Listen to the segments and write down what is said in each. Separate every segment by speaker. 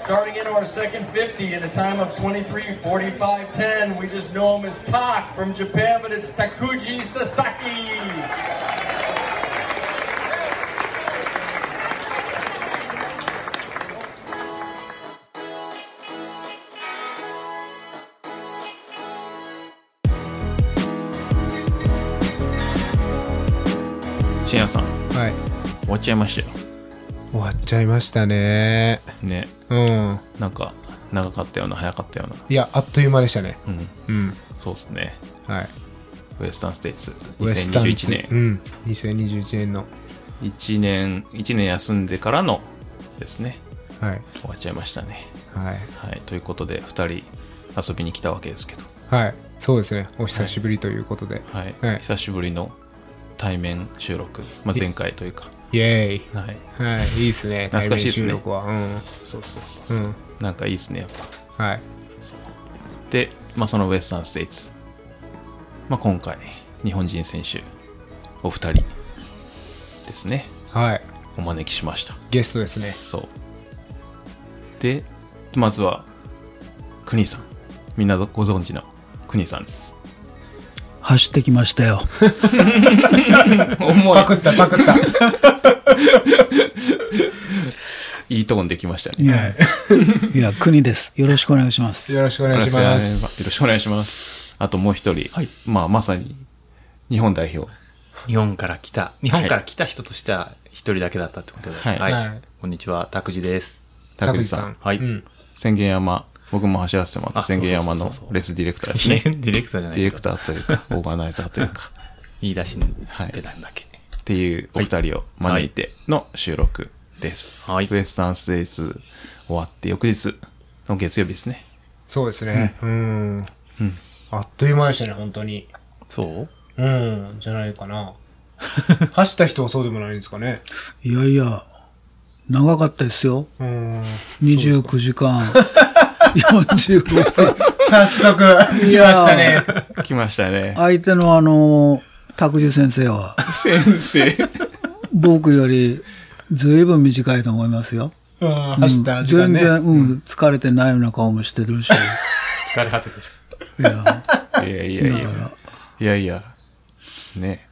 Speaker 1: Starting into our second 50 in a time of 23:45:10, we just know him as Tak from Japan, but it's Takuji Sasaki.
Speaker 2: しんやさん
Speaker 3: はい
Speaker 2: 終わっちゃいましたよ
Speaker 3: 終わっちゃいましたね
Speaker 2: ね
Speaker 3: うん
Speaker 2: なんか長かったような早かったよう
Speaker 3: いやあっという間でしたね
Speaker 2: なうん
Speaker 3: うん
Speaker 2: そうっすね
Speaker 3: はい
Speaker 2: ウエスタンステイツ
Speaker 3: ウエスタン
Speaker 2: 2021年
Speaker 3: うん2021年の
Speaker 2: 1年1年休んでからのですね
Speaker 3: はい
Speaker 2: 終わっちゃいましたね
Speaker 3: はい
Speaker 2: はいということで2人遊びに来たわけですけど
Speaker 3: はいそうですねお久しぶりということで、
Speaker 2: はい、
Speaker 3: はい
Speaker 2: 久しぶりの対面収録、まあ、前回というか
Speaker 3: イエーイ
Speaker 2: はい
Speaker 3: はいいいですね
Speaker 2: 懐かしいっすね
Speaker 3: 対面収録はうん
Speaker 2: そうそうそうそう、
Speaker 3: うん
Speaker 2: なんかいいですねやっぱ
Speaker 3: はい
Speaker 2: で、まあ、そのウエスタンステイツ、まあ、今回日本人選手お二人ですね
Speaker 3: はい
Speaker 2: お招きしました
Speaker 3: ゲストですね
Speaker 2: そうでまずは国さんみんなご存知の国さんです
Speaker 4: 走ってきましたよ。
Speaker 2: 思
Speaker 3: パクったパクった
Speaker 2: いいいトーンできました
Speaker 4: い
Speaker 2: ね
Speaker 4: や、いや国です。よろしくお願いします。
Speaker 3: よろしくお願いします
Speaker 2: よろしくお願いしますあともう一人、まあまさに日本代表
Speaker 5: 日本から来た、日本から来た人としては一人だけだったってことで。
Speaker 2: はい
Speaker 3: はい
Speaker 5: こんにちは、拓司です。
Speaker 2: 拓司
Speaker 3: 拓司
Speaker 2: さ
Speaker 3: さ
Speaker 2: ん
Speaker 3: ん
Speaker 5: はい
Speaker 3: うん
Speaker 2: 千元山僕も走らせてもらった
Speaker 5: あそう
Speaker 2: 千
Speaker 5: そう
Speaker 2: 元
Speaker 5: そうそ
Speaker 2: 山
Speaker 5: う
Speaker 2: のレスディレクターです
Speaker 5: デ
Speaker 2: ね
Speaker 5: ィレクターじゃない
Speaker 2: ディレクターというか、オーガナイザーというか、
Speaker 5: 言い出しに出たんだっけ。
Speaker 2: っていうお二人を招いての収録です。
Speaker 5: はい
Speaker 2: ウエスタンステイツ終わって翌日の月曜日ですね。
Speaker 3: そうですねうん、あっという間でしたね本当に
Speaker 5: そう
Speaker 3: うんじゃない かな走った人はそうでもないんですかね
Speaker 4: いやいや、長かったですよ。
Speaker 3: うん
Speaker 4: 29時間、45分。
Speaker 3: 早速、来ましたね。
Speaker 2: 来ましたね。
Speaker 4: 相手のあの、拓司先生は、
Speaker 2: 先生。
Speaker 4: 僕よりずいぶん短いと思いますよ。
Speaker 3: うん走った時間
Speaker 4: 全
Speaker 3: ね。
Speaker 4: 然、うん、疲れてないような顔もして るし。い
Speaker 5: 疲れ果ててし
Speaker 4: や、
Speaker 2: いやいやいや。いやいや。ね。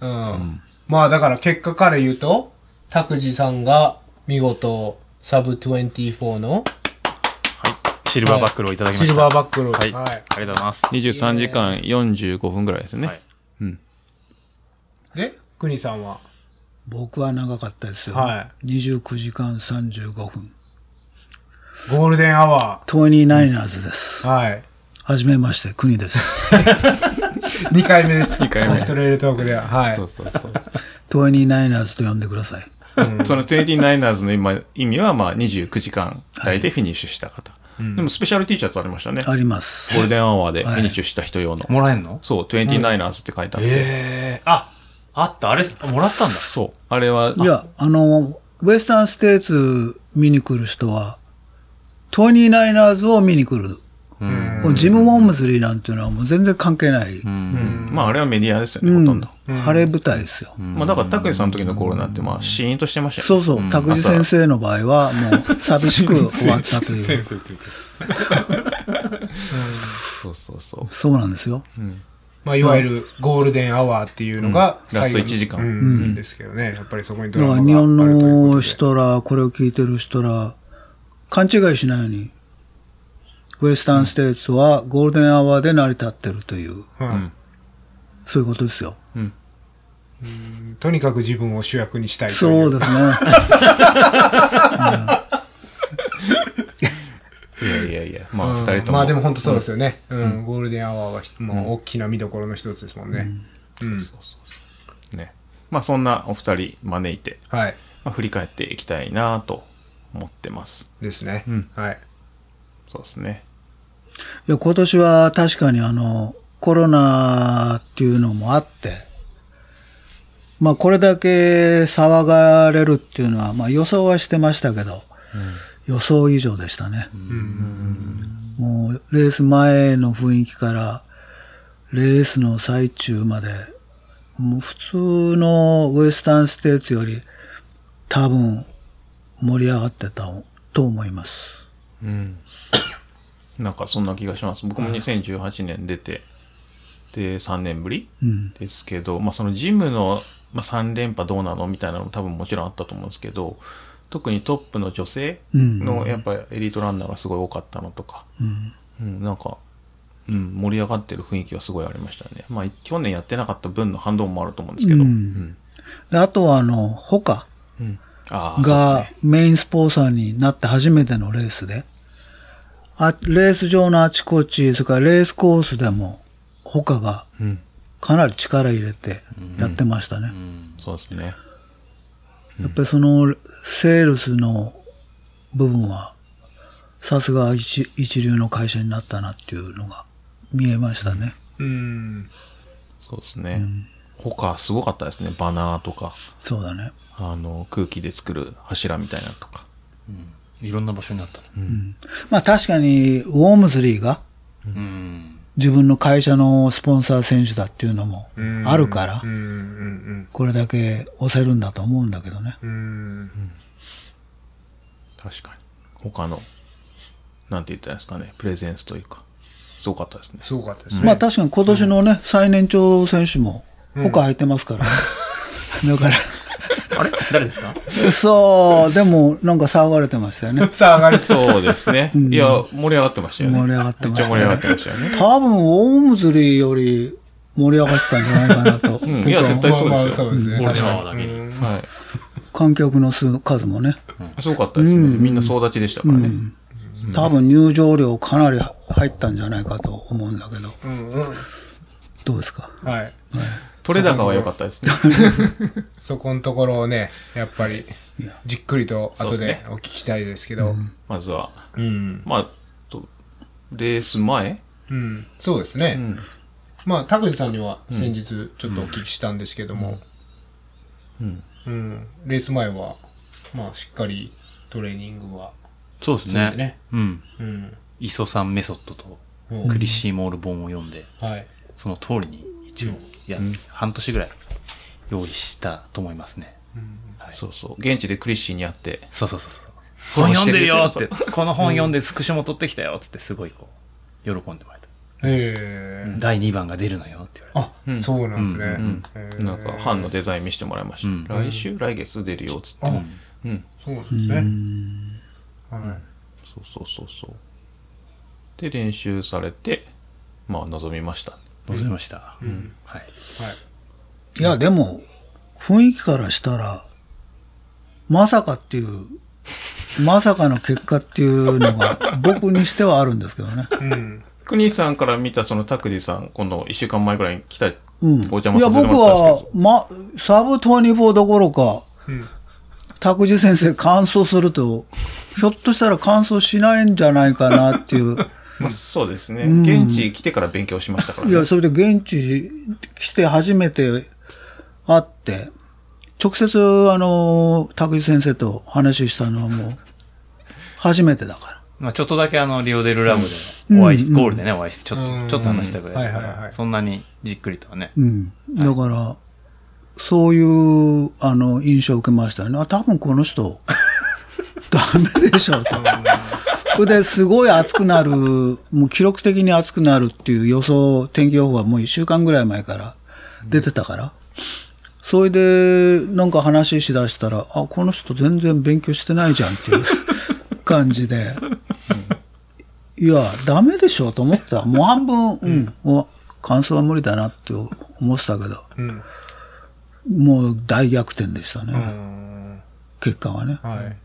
Speaker 3: うん。まあだから結果から言うと、拓司さんが見事、サブ24の
Speaker 5: た。シルバーバックルをいただきま
Speaker 3: シ
Speaker 5: した。
Speaker 3: ルバーバックル。
Speaker 5: はい。
Speaker 3: は
Speaker 5: あ
Speaker 3: い
Speaker 5: りがとうございます。
Speaker 2: 23時間45分ぐらいですね。
Speaker 5: はい
Speaker 3: で、国さんは。
Speaker 4: 僕は長かったですよ。
Speaker 3: は
Speaker 4: 29時間35分。
Speaker 3: ゴールデンアワ
Speaker 4: 29ers で
Speaker 3: ー。
Speaker 4: す。
Speaker 3: はい。
Speaker 4: はじめまして、国です。
Speaker 3: 2回目です。
Speaker 2: 2回目
Speaker 3: ストレールトークでは。はい
Speaker 2: そう。そうそう。
Speaker 4: 29ers と呼んでください。
Speaker 2: その 29ers の今意味はまあ29時間大でフィニッシュした方。でもスペシャル T シャツありましたね。
Speaker 4: あります。
Speaker 2: ゴールデンアワーでフィニッシュした人用の。
Speaker 5: もらえんの
Speaker 2: そう、29ers って書いてあって。
Speaker 5: ええあ、あった、あれ、もらったんだ。
Speaker 2: そう。あれは、
Speaker 4: いや、あの、ウエスタンステイツ見に来る人は、トニーナイナーズを見に来る。もうジム・ウォームズリーなんていうのはもう全然関係ない。
Speaker 2: うんまああれはメディアですよね、
Speaker 4: う
Speaker 2: ほ
Speaker 4: ん
Speaker 2: とんど。
Speaker 4: 晴れ舞台ですよ。
Speaker 2: まあだから、拓司さんの時の頃なんて、まあシーンとしてましたよね。
Speaker 4: そうそう、拓司先生の場合はもう寂しく終わったとい
Speaker 5: 先
Speaker 4: う。
Speaker 5: 生ついてる。
Speaker 2: そうそうそう。
Speaker 4: そうなんですよ。
Speaker 3: まあ、いわゆるゴールデンアワーっていうのが、
Speaker 2: うんラスト
Speaker 3: 最後の
Speaker 2: 1時間
Speaker 3: うん。ですけどね。やっぱりそこにド
Speaker 4: だ
Speaker 3: ラ
Speaker 4: か
Speaker 3: マ
Speaker 4: ら
Speaker 3: が
Speaker 4: 日本
Speaker 3: あるということ
Speaker 4: の
Speaker 3: で
Speaker 4: 人ら、これを聞いてる人ら、勘違いしないように、ウエスタンステイツはゴールデンアワーで成り立ってるという、
Speaker 3: は
Speaker 4: そういうことですよ。
Speaker 3: いとにかく自分を主役にしたいとい。
Speaker 4: そううですね。
Speaker 2: いやいやいや、ま
Speaker 3: う
Speaker 2: あ
Speaker 3: ん
Speaker 2: 二人とも。
Speaker 3: まあでも本当そうですよね。うん。ゴールデンアワーはひ、まあ、大きな見どころの一つですもんね。うん。
Speaker 2: ね。まあそんなお二人招いて、
Speaker 3: はい。
Speaker 2: まあ振り返っていきたいなと思ってます。
Speaker 3: ですね
Speaker 2: ん。
Speaker 3: はい。
Speaker 2: そうですね。
Speaker 4: いや、今年は確かにあの、コロナっていうのもあって、まあこれだけ騒がれるっていうのは、まあ予想はしてましたけど、予想以上でしたね。もうレース前の雰囲気から、レースの最中まで、もう普通のウエスタンステーツより多分盛り上がってたと思います。
Speaker 2: なんかそんな気がします。僕も2018年出て、で、3年ぶり
Speaker 4: うん。
Speaker 2: ですけど、まあそのジムの、まあ、3連覇どうなのみたいなのも多分もちろんあったと思うんですけど、特にトップの女性
Speaker 4: うん。
Speaker 2: のやっぱエリートランナーがすごい多かったのとか、
Speaker 4: うん。
Speaker 2: うん、なんか、うん、盛り上がってる雰囲気はすごいありましたね。まあ去年やってなかった分の反動もあると思うんですけど、
Speaker 4: うん
Speaker 2: うん
Speaker 4: であとは、あの、ホカ
Speaker 2: うんああ、そう
Speaker 4: が
Speaker 2: ですね
Speaker 4: メインスポンサーになって初めてのレースで、あレース場のあちこち、それからレースコースでも、ホカが
Speaker 2: うん、
Speaker 4: かなり力入れてやってましたね。
Speaker 2: そうですね。
Speaker 4: やっぱりそのセールスの部分は、さすが一一流の会社になったなっていうのが見えましたね。
Speaker 6: うん。
Speaker 2: そうですね。他すごかったですね。バナーとか、
Speaker 4: そうだね。
Speaker 2: あの、空気で作る柱みたいなのとか。
Speaker 5: いろんな場所になったね。
Speaker 4: まあ確かに、ウォームズリーが
Speaker 5: うん。
Speaker 4: 自分の会社のスポンサー選手だっていうのもあるから
Speaker 6: う、んうん
Speaker 4: これだけ押せるんだと思うんだけどね。
Speaker 6: うん。うん。
Speaker 2: 確かに。他の、なんて言ったらいいんですかね、プレゼンスというか、すごかったですね。
Speaker 6: すごかったですね。
Speaker 4: まあ確かに今年のね、最年長選手も他入ってます から、ねだか、
Speaker 5: あれ誰です から
Speaker 4: そう、でもなんか騒がれてましたよね。
Speaker 6: さあ上がりそう。
Speaker 2: そうですね。いや、盛り上がってましたよね。
Speaker 4: 盛り上がってま
Speaker 2: めっ
Speaker 4: したね
Speaker 2: ちゃ盛り上がってましたよね。
Speaker 4: 多分、オウムズリーより盛り上がってたんじゃないかな と。
Speaker 2: うん、いや、絶対そうですよ。
Speaker 6: まあまあそうですね。
Speaker 5: 俺
Speaker 6: 確
Speaker 5: ら
Speaker 6: か
Speaker 5: はだけに。
Speaker 6: に。
Speaker 2: はい。
Speaker 4: 観客の数数もね。
Speaker 2: すごかったですね。みんな総立ちでしたからね。
Speaker 4: 多分入場料かなり入ったんじゃないかと思うんだけど、
Speaker 6: うんうん。
Speaker 4: どうですか
Speaker 6: はい。
Speaker 2: 取れ高は良かったですね。
Speaker 6: そこのところをね、やっぱり、じっくりと後でお聞きしたいですけど。
Speaker 2: まずは。
Speaker 6: うん。
Speaker 2: まあ、とレース前
Speaker 6: うん。そうです
Speaker 2: う
Speaker 6: ね。
Speaker 2: ん。
Speaker 6: まあ、田口さんには先日ちょっとお聞きしたんですけども、
Speaker 2: うん。
Speaker 6: うん。レース前は、まあ、しっかりトレーニングは、
Speaker 5: そうです
Speaker 6: そうだ
Speaker 5: ね
Speaker 6: ね。
Speaker 5: うん。
Speaker 6: うん。
Speaker 5: 磯さんメソッドと
Speaker 6: うん
Speaker 5: クリシーモール本を読んで、
Speaker 6: はい。
Speaker 5: その通りに一応、いや、半年ぐらい用意したと思いますね。はい
Speaker 2: そうそう。現地でクリッシーに会って、
Speaker 5: そうそうそうそう。
Speaker 2: ォロ
Speaker 5: 本
Speaker 2: ーし
Speaker 5: 読
Speaker 2: て
Speaker 5: ん
Speaker 2: る
Speaker 5: で
Speaker 2: っ
Speaker 5: る
Speaker 2: て
Speaker 5: よって、この本読んでスクショも撮ってきたよっつってすごいこう、喜んでもらえた。
Speaker 6: へえ。
Speaker 5: 第2番が出るのよって言われ
Speaker 6: あ、そうなんですね。
Speaker 5: うん
Speaker 6: へー
Speaker 2: なんか、班のデザイン見せてもらいました。
Speaker 5: うん
Speaker 2: 来週、来月出るよ、つって。
Speaker 6: あ、
Speaker 2: うん。
Speaker 6: そうなんですね。はい。
Speaker 2: そうそうそうそう。で、練習されて、まあ、望みました。
Speaker 5: た。望みました。
Speaker 6: ん
Speaker 5: はい。
Speaker 6: はい。
Speaker 4: いや、でも、雰囲気からしたら、まさかっ ていう、まさかの結果っていうのが、僕にしてはあるんですけどね。
Speaker 6: うん。
Speaker 2: 国さんから見た、その、拓司さん、この1週間前ぐらいに来た、お
Speaker 4: うん。い
Speaker 2: 邪魔
Speaker 4: や、
Speaker 2: させて
Speaker 4: 僕
Speaker 2: もらったんです
Speaker 4: は
Speaker 2: けど、、
Speaker 4: ま、サブ24どころか、
Speaker 6: うん。
Speaker 4: 拓司先生完走すると、ひょっとしたら完走しないんじゃないかなっていう。
Speaker 2: まあ、そうですね。
Speaker 4: ん
Speaker 2: 現地来てから勉強しましたから
Speaker 4: い
Speaker 2: ね。
Speaker 4: や、それで現地来て初めて会って、直接、あの、拓司先生と話したのはもう、初めてだから。
Speaker 5: まあちょっとだけあの、リオデルラムでお会いし、
Speaker 4: うん
Speaker 5: ゴールでね、お会いして、ちょっ
Speaker 6: うん
Speaker 5: と、ちょっと話したぐらいだか
Speaker 6: はいはいは
Speaker 5: ら、
Speaker 6: い
Speaker 5: そんなにじっくりとはね。
Speaker 4: うん。だから、そういう、あの、印象を受けましたよね。あ、多分この人、ダメでしょうと。それで、すごい暑くなる、もう記録的に暑くなるっていう予想、天気予報がもう一週間ぐらい前から出てたから。それで、なんか話しだしたら、あ、この人全然勉強してないじゃん っていう感じで。いや、ダメでしょと 思ってた。もう半分、うん、もう感想は無理だなって思ってたけど、
Speaker 6: うん。
Speaker 4: もう大逆転でしたね、
Speaker 6: うん。
Speaker 4: 結果はね。
Speaker 6: はい。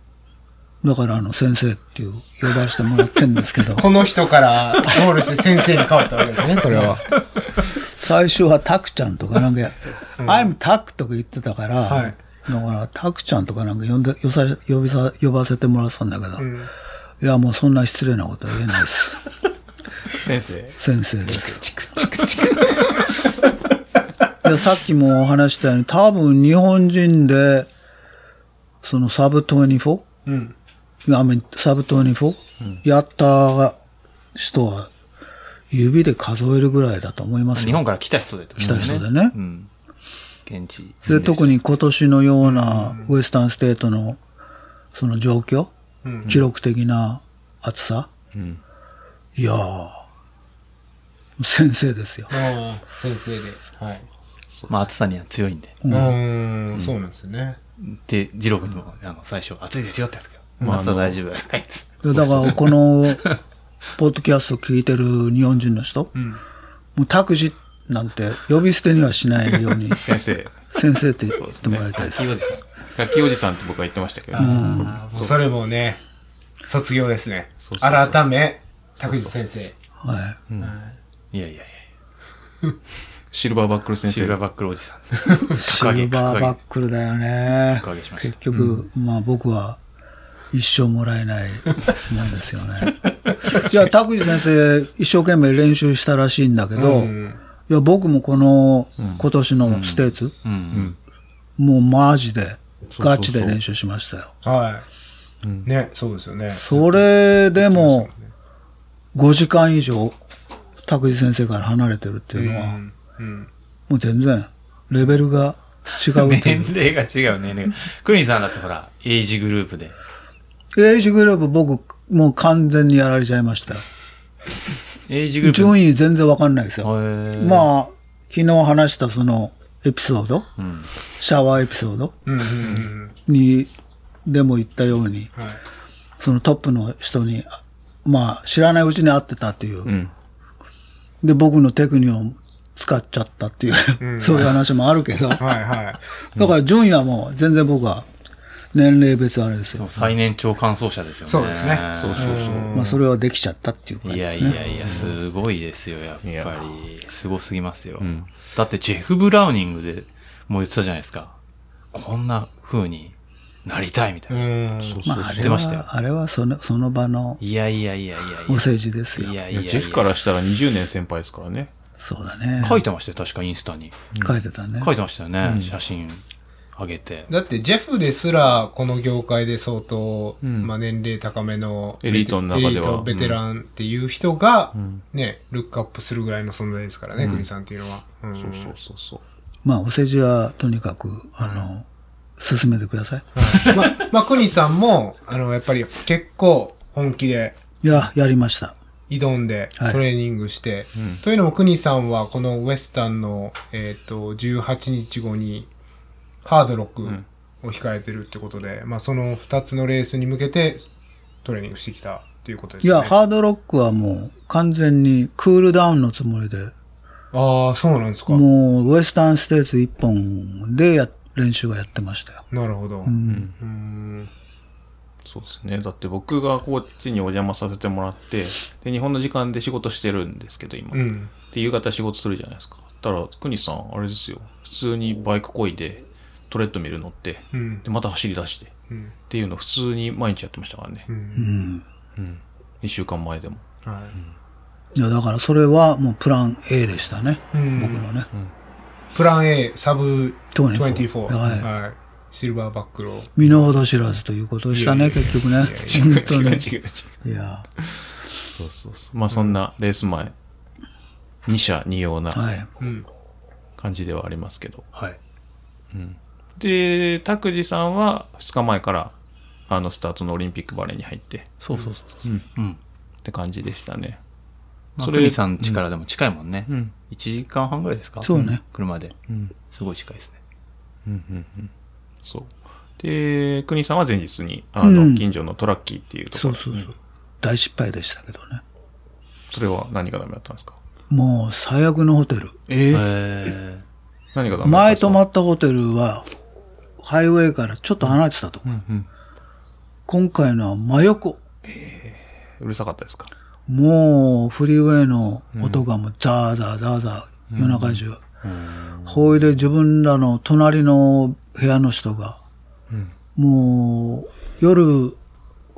Speaker 4: だから、あの、先生っていう、呼ばせてもらってんですけ ど、
Speaker 6: この人からゴールして先生に変わったわけですね、それは。
Speaker 4: 最初はタクちゃんとかなんか、I'm タクとか言ってたから、
Speaker 6: はい
Speaker 4: だから、タクちゃんとかなんか呼んで、呼さ呼びさ呼ばせてもらってたんだけど、
Speaker 6: うん。
Speaker 4: いや、もうそんな失礼なことは言えないです。
Speaker 2: 先生。
Speaker 4: 先生です。いやさっきもお話したように、多分日本人で、そのサブ 24?
Speaker 6: うん。
Speaker 4: あめサブ 24?、やった人は、指で数えるぐらいだと思いますよ
Speaker 5: 日本から来た人でってこと
Speaker 4: 来た人でね
Speaker 5: うん。現地。
Speaker 4: で特に今年のようなウエスタンステートのその状況、記録的な厚さ
Speaker 2: うん。
Speaker 4: いやー、先生ですよ。
Speaker 3: ああ、先生で。はい。
Speaker 5: まあ、暑さには強いんで。
Speaker 3: うーん、そうなんですよね。
Speaker 5: で、二郎君にも、あの、最初、暑いですよってやったけど、
Speaker 2: まあ
Speaker 5: 暑さ大丈夫です。はい。
Speaker 4: だから、この、ポッドキャスト聞いてる日本人の人、もう、拓司なんて呼び捨てにはしないように、
Speaker 2: 先生、
Speaker 4: 先生って言ってもらいたいです。
Speaker 2: 楽器おじさんって僕は言ってましたけど、
Speaker 3: あーもうそれもね、卒業ですね
Speaker 2: そう。そうそう
Speaker 3: 改め、拓司先生。
Speaker 4: はい
Speaker 5: やいやい
Speaker 2: シルバーバックル
Speaker 5: や。
Speaker 2: 先
Speaker 5: シル
Speaker 2: 生
Speaker 5: バー。バックルおじさん。
Speaker 4: い。シルバーバックルだよね
Speaker 5: 格上げし。ました
Speaker 4: 結局、まあ僕は一生もらえないもんですよね。いや、拓司先生一生懸命練習したらしいんだけど、
Speaker 3: うん
Speaker 4: いや、僕もこの今年のステーツ、
Speaker 5: うん。
Speaker 4: もうマジで、
Speaker 2: うそう
Speaker 4: ガチで練習しましたよ。
Speaker 3: はい。ね、そうですよね。
Speaker 4: それでも、5時間以上、拓司先生から離れてるっていうのは、
Speaker 3: うんうん
Speaker 4: もう全然、レベルが違うとい
Speaker 5: 年
Speaker 4: う。
Speaker 5: 齢が違う、年齢が。クリンさんだってほら、エイジグループで。
Speaker 4: エイジグループ僕、もう完全にやられちゃいましたよ。
Speaker 5: エイジグループ。
Speaker 4: 順位全然わかんないですよ。
Speaker 5: へー
Speaker 4: まあ、昨日話したそのエピソード、
Speaker 5: ん
Speaker 4: シャワーエピソード
Speaker 3: うんうんうん
Speaker 4: に、でも言ったように、
Speaker 3: はい
Speaker 4: そのトップの人に、あまあ、知らないうちに会ってたっていう。
Speaker 2: ん
Speaker 4: で、僕のテクニオン使っちゃったっていう、そういう話もあるけど、だか
Speaker 3: はいは
Speaker 4: ら順位はもう全然僕は年齢別あれですよ。
Speaker 5: 最年長完走者ですよね。
Speaker 3: そうですね
Speaker 5: そうそうそ
Speaker 4: まあ、それはできちゃったっていう感
Speaker 5: い
Speaker 4: じ
Speaker 5: や
Speaker 4: で
Speaker 5: い
Speaker 4: すね。
Speaker 5: やいや、すごいですよ、やっ
Speaker 2: い
Speaker 5: ぱ
Speaker 2: や
Speaker 5: り。すごすぎますよ
Speaker 2: ん。
Speaker 5: だって、ジェフ・ブラウニングでもう言ってたじゃないですか。こんな風になりたいみた
Speaker 3: い。
Speaker 5: いな。
Speaker 3: うん
Speaker 4: まあ、あ
Speaker 5: 言っ
Speaker 4: れ
Speaker 5: てましたよ
Speaker 4: は、あれはそのその場の
Speaker 5: いやいやいやいやいや。
Speaker 4: お世辞ですよ
Speaker 5: い。やい
Speaker 2: いや
Speaker 5: やいや。
Speaker 2: ジェフからしたら20年先輩ですからね。
Speaker 4: そうだね。
Speaker 5: 書いてましたよ、確かインスタに。
Speaker 4: 書いてたね。
Speaker 5: 書いてましたよね、写真上げて。
Speaker 3: だってジェフですらこの業界で相当、
Speaker 2: ん
Speaker 3: まあ、年齢高めの
Speaker 2: エリートの中では
Speaker 3: エリートベテランっていう人が、ね、ルックアップするぐらいの存在ですからね、国さんっていうのは。うん
Speaker 2: そうそうそうそう。
Speaker 4: まあ、お世辞はとにかく、あの、進めてください。
Speaker 3: まあ、まあ、国さんもあのやっぱり結構本気で
Speaker 4: いや、やりました。
Speaker 3: 挑んで
Speaker 4: はい
Speaker 3: トレーニングして、というのも国さんはこのウエスタンの、えー、と18日後にハードロックを控えてるってことで、まあ、その2つのレースに向けてトレーニングしてきたっていうことです
Speaker 4: い
Speaker 3: ね。
Speaker 4: や、ハードロックはもう完全にクールダウンのつもりで、
Speaker 3: ああ、そうなんですか。
Speaker 4: もうウエスタンステーツ1本でや練習はやってましたよ。
Speaker 3: なるほど。うん。ん
Speaker 2: そうですね。だって僕がこっちにお邪魔させてもらって、で、日本の時間で仕事してるんですけど、今。
Speaker 3: うん。
Speaker 2: で、夕方仕事するじゃないですか。たら、くにさん、あれですよ。普通にバイク漕いで、トレッドミル乗って、
Speaker 3: うん。
Speaker 2: で、また走り出して、っていうの普通に毎日やってましたからね。
Speaker 4: うん。
Speaker 2: 2週間前でも。
Speaker 3: はい
Speaker 4: や、だからそれはもうプラン A でしたね。
Speaker 3: い。うん
Speaker 4: 僕のね。
Speaker 3: プラン A、サブ
Speaker 4: 24
Speaker 3: 24。
Speaker 4: はい
Speaker 3: い。シルバーバックロー。
Speaker 4: 身の程知らずということでしたね、結局ね。本当 に。
Speaker 2: 違う違う。
Speaker 4: いや、
Speaker 2: そうそうそう。まあそんなレース前、二者二様な
Speaker 4: はい。
Speaker 3: うん。
Speaker 2: 感じではありますけど。
Speaker 5: はい。
Speaker 2: で、拓司さんは2日前から、あのスタートのオリンピックバレーに入ってっ
Speaker 5: そうそうそうそう。うん。
Speaker 2: て感じでしたね。
Speaker 5: まあ、
Speaker 2: そ
Speaker 5: ク
Speaker 2: れ
Speaker 5: リンさん力でも近いもんね。
Speaker 2: ん
Speaker 5: 1時間半ぐらいですか
Speaker 4: そうね。
Speaker 5: 車で。
Speaker 2: ん
Speaker 5: すごい近いですね。
Speaker 2: そう。で、国さんは前日に、あの、
Speaker 4: うん
Speaker 2: 近所のトラッキーっていうとこ
Speaker 4: そ
Speaker 2: ろ、
Speaker 4: うそうそう。大失敗でしたけどね。
Speaker 2: それは何がダメだったんですか
Speaker 4: もう最悪のホテル。
Speaker 2: え
Speaker 5: へ
Speaker 2: 何がダメだったん
Speaker 4: 前
Speaker 2: ですか
Speaker 4: 泊まったホテルは、ハイウェイからちょっと離れてたとこ。今回のは真横。
Speaker 2: うるさかったですか
Speaker 4: もう、フリーウェイの音がもうザーザーザーザー、夜中中。ほいで自分らの隣の部屋の人が、もう、夜、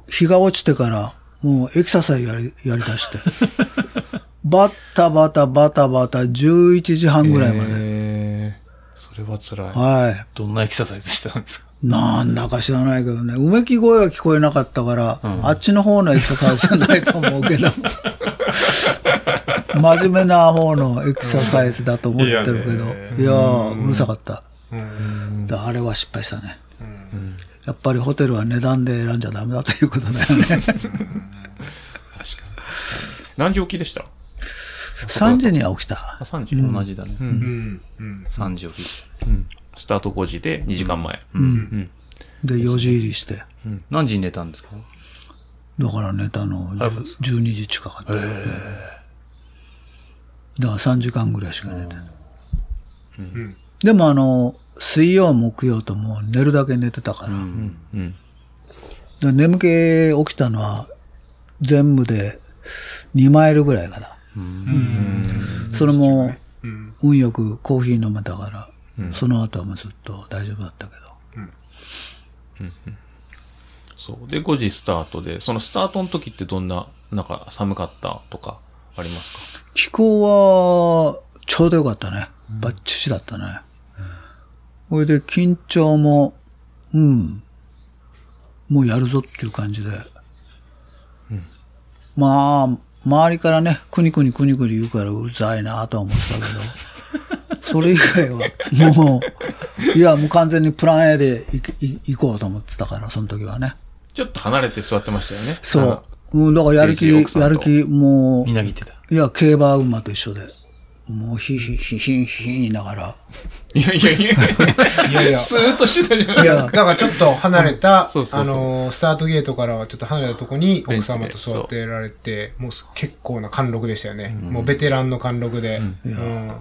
Speaker 4: 日が落ちてから、もうエクササイズやり、やり出して。 バッタバタバタバタ、11時半ぐらいまで。
Speaker 2: えー、それは辛い。
Speaker 4: はい。
Speaker 5: どんなエクササイズしたんですか
Speaker 4: なんだか知らないけどね、うめき声は聞こえなかったから、あっちの方のエクササイズじゃないと思うけど、真面目な方のエクササイズだと思ってるけど、いやー、うるさかった。であれは失敗したね。やっぱりホテルは値段で選んじゃダメだということだよね。
Speaker 2: 何時起きでした
Speaker 4: 3時には起きた
Speaker 2: あ。?3 時、
Speaker 5: 同じだね。
Speaker 3: うんうん
Speaker 5: 3時起き。
Speaker 2: スタート5時で2時間前。
Speaker 4: で、4時入りして。
Speaker 5: 何時に寝たんですか
Speaker 4: だから寝たの12時近かった。だから3時間ぐらいしか寝てない
Speaker 3: ん
Speaker 4: でもあの、水曜、木曜ともう寝るだけ寝てたから。
Speaker 2: うん
Speaker 4: で眠気起きたのは全部で2マイルぐらいかな。それも
Speaker 3: うん
Speaker 4: 運よくコーヒー飲めたから、その後はもうずっと大丈夫だったけど。
Speaker 2: そう。で、5時スタートで、そのスタートの時ってどんな、なんか寒かったとかありますか
Speaker 4: 気候はちょうどよかったね。バッチシだったね。それで緊張も、うん、もうやるぞっていう感じで。まあ、周りからね、くにくにくにくに言うからうざいなとは思った けど、それ以外は、もう、いや、もう完全にプラン A で行けい行こうと思ってたから、その時はね。
Speaker 2: ちょっと離れて座ってましたよね。
Speaker 4: そう。うん、だからやる気、
Speaker 2: レジ奥さんと
Speaker 4: やる気、もう。
Speaker 5: みなぎってた。
Speaker 4: いや、競馬馬と一緒で、もうヒヒヒヒヒヒ言いながら、
Speaker 2: いやいやいや、
Speaker 3: いやいや
Speaker 2: スーッとしてたじゃない
Speaker 4: い
Speaker 2: で
Speaker 4: や
Speaker 2: す
Speaker 3: だからちょっと離れた、
Speaker 2: そうそうそう
Speaker 3: あのースタートゲートからはちょっと離れたとこに奥様と座ってられて、もう結構な貫禄でしたよね。もうベテランの貫禄で、うん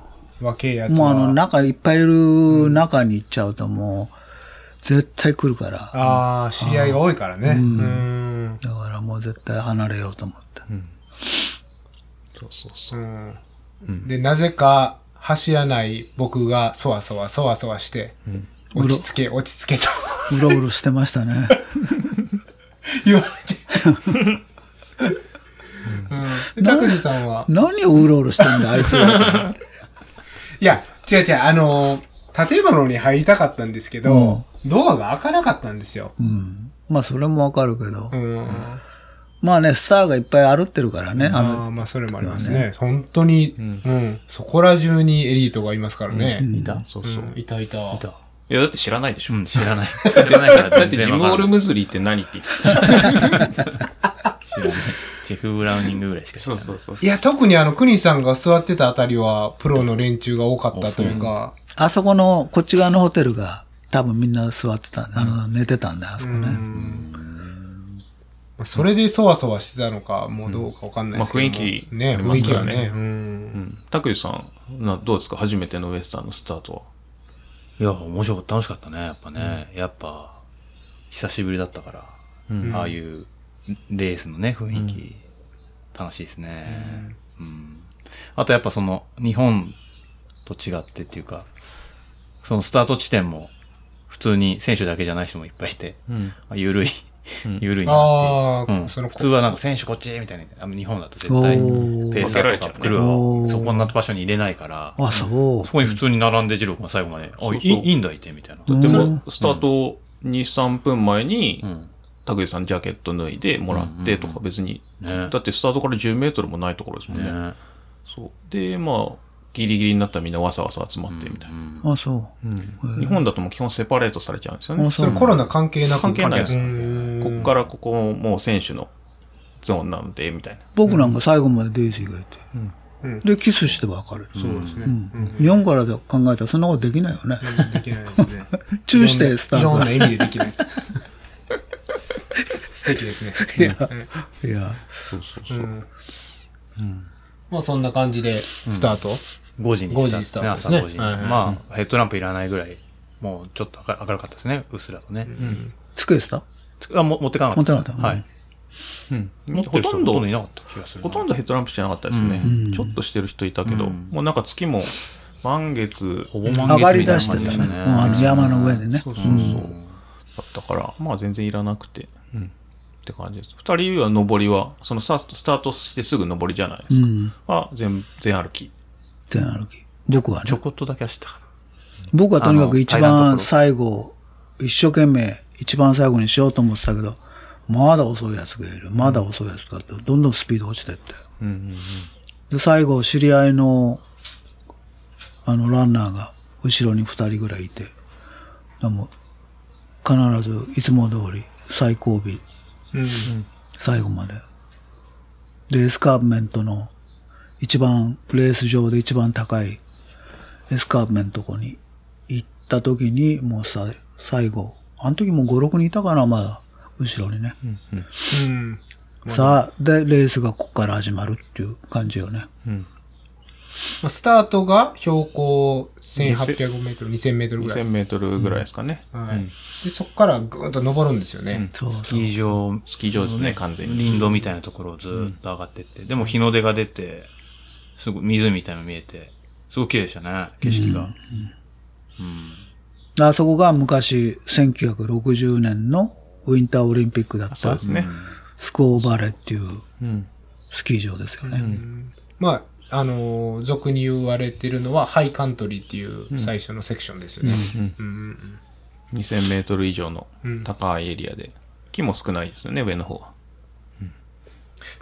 Speaker 3: 若えやつ
Speaker 4: もう
Speaker 3: は
Speaker 4: あの、中いっぱいいる中に行っちゃうともう、絶対来るから、だ
Speaker 3: ああ、知り合いが多いからね。うん。
Speaker 4: からもう絶対離れようと思って。
Speaker 2: か。そうそうそう。
Speaker 3: うんで、なぜか走らない僕がそわそわそわそわして、落ち着け、落ち着けと
Speaker 4: うろうろしてましたね。
Speaker 3: 言われて。うん。で、拓司さんは
Speaker 4: 何をうろうろしてんだ、あいつら。
Speaker 3: いや、違う違う、あのー、建物に入りたかったんですけど、ドアが開かなかったんですよ。
Speaker 4: うん。まあ、それもわかるけど
Speaker 3: う、ん。
Speaker 4: まあね、スターがいっぱい歩ってるからね、あ
Speaker 3: ああ、
Speaker 4: の、
Speaker 3: まあ、それもありますね。本当に、うん。そこら中にエリートがいますからね。
Speaker 5: いた
Speaker 2: そうそう。
Speaker 3: いたいた。
Speaker 2: いや、だって知らないでしょ。
Speaker 5: うん、知らない。 知らないから
Speaker 2: だっ
Speaker 5: 全
Speaker 2: て
Speaker 5: 然
Speaker 2: ジ
Speaker 5: わ
Speaker 2: ム・
Speaker 5: か
Speaker 2: オ
Speaker 5: んな
Speaker 2: ル
Speaker 5: い。
Speaker 2: ムズリーって何って言ってた
Speaker 5: ジェフ・ブラウニングぐらいしか知
Speaker 2: そ
Speaker 5: ら
Speaker 2: う
Speaker 5: ない。
Speaker 2: そうそう。
Speaker 3: いや、特にあの、クニさんが座ってたあたりは、プロの連中が多かったというか、
Speaker 4: あそこの、こっち側のホテルが、多分みんな座ってた、あの、寝てたんだよ、あそこね。
Speaker 3: まあそれでそわそわしてたのか、もうどうかわかんないですけども。
Speaker 2: まあ雰囲気
Speaker 3: ね、
Speaker 2: あり
Speaker 3: 雰
Speaker 2: ま
Speaker 3: 囲
Speaker 2: す
Speaker 3: 気
Speaker 2: か
Speaker 3: は
Speaker 2: らね
Speaker 3: ね。うん。
Speaker 2: 拓司さんな、どうですか初めてのウエスタンのスタートは。
Speaker 5: いや、面白かった。楽しかったね。やっぱね。やっぱ、久しぶりだったから、ああいうレースのね、雰囲気、楽しいですね、うんあとやっぱその、日本と違ってっていうか、そのスタート地点も、普通に選手だけじゃない人もいっぱいいて、あ緩い、 緩いなっていう
Speaker 3: あー
Speaker 5: うん
Speaker 3: その
Speaker 5: 普通はなんか選手こっちみたいな、あの日本だと絶対、ペ
Speaker 4: おー
Speaker 5: ーサ
Speaker 2: 分け
Speaker 5: ーとかク
Speaker 2: られちゃうね
Speaker 5: ルー
Speaker 4: おー
Speaker 5: は、そこの場所に入れないから、
Speaker 4: あ、そう
Speaker 5: そ。こに普通に並んで、ジロー君が最後まで、あ、
Speaker 2: うそう
Speaker 5: いいいんだいて、みたいな。
Speaker 2: で
Speaker 4: う
Speaker 2: も
Speaker 4: ん、
Speaker 2: スタート2、3分前に
Speaker 5: う、ん。
Speaker 2: 拓司さんジャケット脱いでもらってとか別に、
Speaker 5: ね
Speaker 2: だってスタートから10メートルもないところですもんね。
Speaker 5: ね
Speaker 2: そう。で、まあ、ギリギリになったらみんなわさわさ集まってみたいな。
Speaker 4: あ、そう。
Speaker 2: 日本だともう基本セパレートされちゃうんですよね
Speaker 4: あ、。
Speaker 3: それ
Speaker 4: そう。
Speaker 3: コロナ関係なく
Speaker 2: 関係ないです
Speaker 3: うん
Speaker 2: こっからここもう選手のゾーンなんで、みたいな。
Speaker 4: 僕なんか最後までデイジーがいて、
Speaker 3: うん
Speaker 4: でキスして別れる、
Speaker 3: そうですね。
Speaker 4: 日本からで考えたらそんなことできないよね、
Speaker 3: できないです ね。
Speaker 4: チューしてスター
Speaker 3: いろん
Speaker 4: ト
Speaker 3: な意味でできない。素敵ですね。
Speaker 4: いや、いや
Speaker 3: うんまあそんな感じで、スタート、
Speaker 5: 5時に
Speaker 3: 5時にスタートです
Speaker 5: 朝
Speaker 3: ね
Speaker 5: 5時に。
Speaker 3: はいはい
Speaker 5: まあ、ヘッドランプいらないぐらい、もうちょっと明る明るかったですね、うっすらとね。
Speaker 4: つけてた
Speaker 5: つあ、も持ってかなかった
Speaker 4: 持
Speaker 5: です。
Speaker 4: ってなかった
Speaker 5: はい。持って
Speaker 2: ほ
Speaker 5: る人
Speaker 2: と
Speaker 5: ほ
Speaker 2: ん
Speaker 5: とん
Speaker 2: ど
Speaker 5: どい、なかった気がするな。
Speaker 2: ほとんどヘッドランプしてなかったですね。ちょっとしてる人いたけど、もうなんか月も満月
Speaker 5: ほぼ満月みたいな
Speaker 4: 上がり出してた
Speaker 5: 感じ
Speaker 4: ね
Speaker 5: で
Speaker 4: うんあの山の上でね、
Speaker 2: そうそうだったから、まあ全然いらなくて、うん、って感じです。二人は上りは、そのスタートスタートしてすぐ上りじゃないですか。は全全歩き。
Speaker 4: 全歩き僕は
Speaker 5: ちょ
Speaker 4: ね
Speaker 5: こっとだけ走ったか
Speaker 4: 僕はとにかく一
Speaker 5: あの階段の
Speaker 4: 番
Speaker 5: ところ
Speaker 4: 最後一生懸命一番最後にしようと思ってたけどまだ遅いやつがいるまだ遅いやつがいるどんどんスピード落ちてって、で最後知り合いのあのランナーが後ろに2人ぐらいいてでも必ずいつも通り最後尾、
Speaker 6: うん。
Speaker 4: 最後まで。で、エスカーブメントの一番、レース上で一番高いエスカーブメントこに行った時に、もうさ、最後、あの時もう5、6人いたかな、まだ、後ろにね。
Speaker 6: うん。
Speaker 4: さあ、で、レースがここから始まるっていう感じよね。
Speaker 6: まあ、スタートが標高1800メートル、2000メートルぐらい。
Speaker 2: 2000メートルぐらいですかね。
Speaker 6: はいでそこからぐーんと登るんですよね。
Speaker 4: そう
Speaker 5: ス
Speaker 4: そ
Speaker 5: キ
Speaker 4: う。
Speaker 5: ー場、
Speaker 2: スキー場ですね完全に
Speaker 5: 林道みたいなところをずーっと上がってって、でも日の出が出て、すごい湖みたいなの見えて、すごい綺麗でしたね、景色が。
Speaker 4: あそこが昔、1960年のウィンターオリンピックだっ
Speaker 2: そう
Speaker 4: た
Speaker 2: で、すね。
Speaker 4: スコーバレーっていう
Speaker 2: うん。
Speaker 4: スキー場ですよね。
Speaker 6: まあ、あのー俗に言われてるのは、ハイカントリーっていう最初のセクションですよね。うん
Speaker 2: 2000メートル以上の
Speaker 6: うん
Speaker 2: 高いエリアで。木も少ないですよね、上の方は。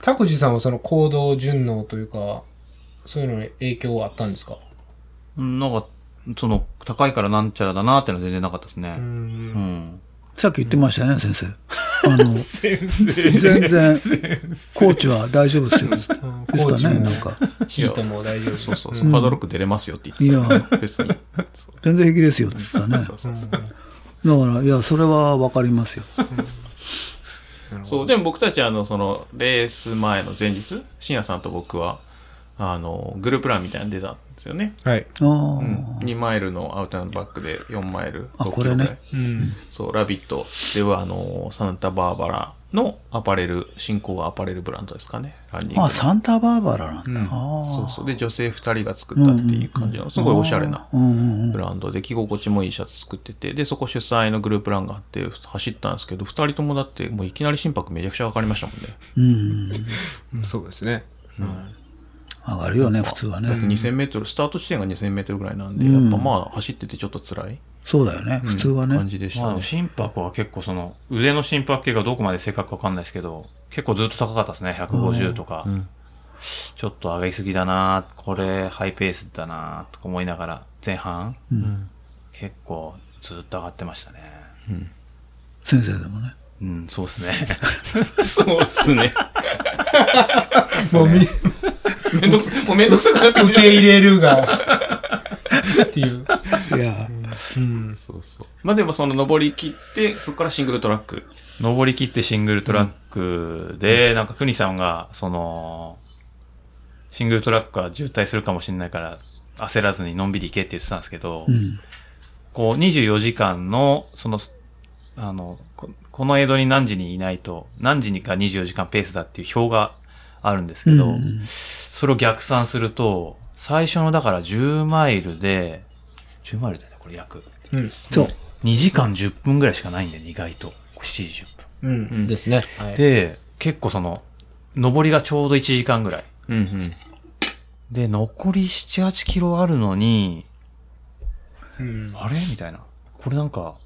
Speaker 6: 拓司さんはその行動順応というか、そういうのに影響はあったんですか
Speaker 5: うんなんか、その、高いからなんちゃらだなーってのは全然なかったですね。
Speaker 6: うん
Speaker 5: うん。
Speaker 4: さっき言ってましたよ ね、先生。あの、全然、コーチは大丈夫ですよ。でし
Speaker 6: コーチ
Speaker 4: たね、
Speaker 6: も
Speaker 4: なんか。
Speaker 6: ヒートも大丈夫。
Speaker 2: そうそうそう。パドロック出れますよって言ってた。別に。
Speaker 4: 全然平気ですよって言ってたね。だから、いや、それはわかりますよ。
Speaker 2: そう、でも僕たち、あの、その、レース前の前日、深夜さんと僕は、あの、グループランみたいなの出たんですよね。
Speaker 6: はい。
Speaker 4: ああ、
Speaker 2: 2マイルのアウトランドバックで4マイル。
Speaker 4: あ
Speaker 2: 6
Speaker 4: これね
Speaker 2: キロぐらい
Speaker 6: うん。
Speaker 2: そう、ラビットでは、あの、サンタバーバラのアパレル、新興アパレルブランドですかね。ランニングの
Speaker 4: あ、サンタバーバラなんだ。あ
Speaker 2: そう
Speaker 4: あ
Speaker 2: そう。で、女性2人が作ったっていう感じの、すごいおしゃれな
Speaker 4: うんうんうん。
Speaker 2: ブランドで、着心地もいいシャツ作ってて、で、そこ主催のグループランがあって、走ったんですけど、2人ともだって、もういきなり心拍めちゃくちゃ上がりましたもんね。
Speaker 4: うん。
Speaker 6: そうですね。
Speaker 4: 上がるよね、普通は
Speaker 2: だって
Speaker 4: ね。
Speaker 2: 2000メートル、スタート地点が2000メートルぐらいなんで、
Speaker 4: う
Speaker 2: や
Speaker 4: ん
Speaker 2: っぱまあ走っててちょっと辛い
Speaker 4: そうだよね、普通は
Speaker 2: 感
Speaker 4: ね。
Speaker 2: じでし
Speaker 5: まあ
Speaker 2: た
Speaker 5: で
Speaker 2: ね
Speaker 5: も。心拍は結構その、腕の心拍計がどこまで正確かわかんないですけど、結構ずっと高かったですね、150とか。ちょっと上がりすぎだなーこれハイペースだなーとか思いながら、前半、結構ずっと上がってましたね。
Speaker 4: 先生でもね。
Speaker 5: うん、そうですね。
Speaker 2: そうっすね。
Speaker 6: もうみ、
Speaker 2: めんどくさ、もうめんどくさくなって
Speaker 6: 受け入れるが、っていう。
Speaker 4: いや、
Speaker 6: うん。
Speaker 2: そうそう。まあでもその登り切って、そこからシングルトラック。
Speaker 5: 登り切ってシングルトラックで、なんか、くにさんが、その、シングルトラックは渋滞するかもしれないから、焦らずにのんびり行けって言ってたんですけど、
Speaker 4: うん。
Speaker 5: こう、24時間の、その、あの、ここの江戸に何時にいないと、何時にか24時間ペースだっていう表があるんですけど、
Speaker 4: うん
Speaker 5: それを逆算すると、最初のだから10マイルで、10マイルだよね、これ約。
Speaker 6: うん。
Speaker 4: そう。
Speaker 5: 2時間10分ぐらいしかないんだよね、意外と。7時10分。
Speaker 6: うん。
Speaker 3: ですね。
Speaker 5: で、結構その、上りがちょうど1時間ぐらい。
Speaker 2: うんうん。
Speaker 5: で、残り7、8キロあるのに、
Speaker 6: うん
Speaker 5: あれみたいな。これなんか、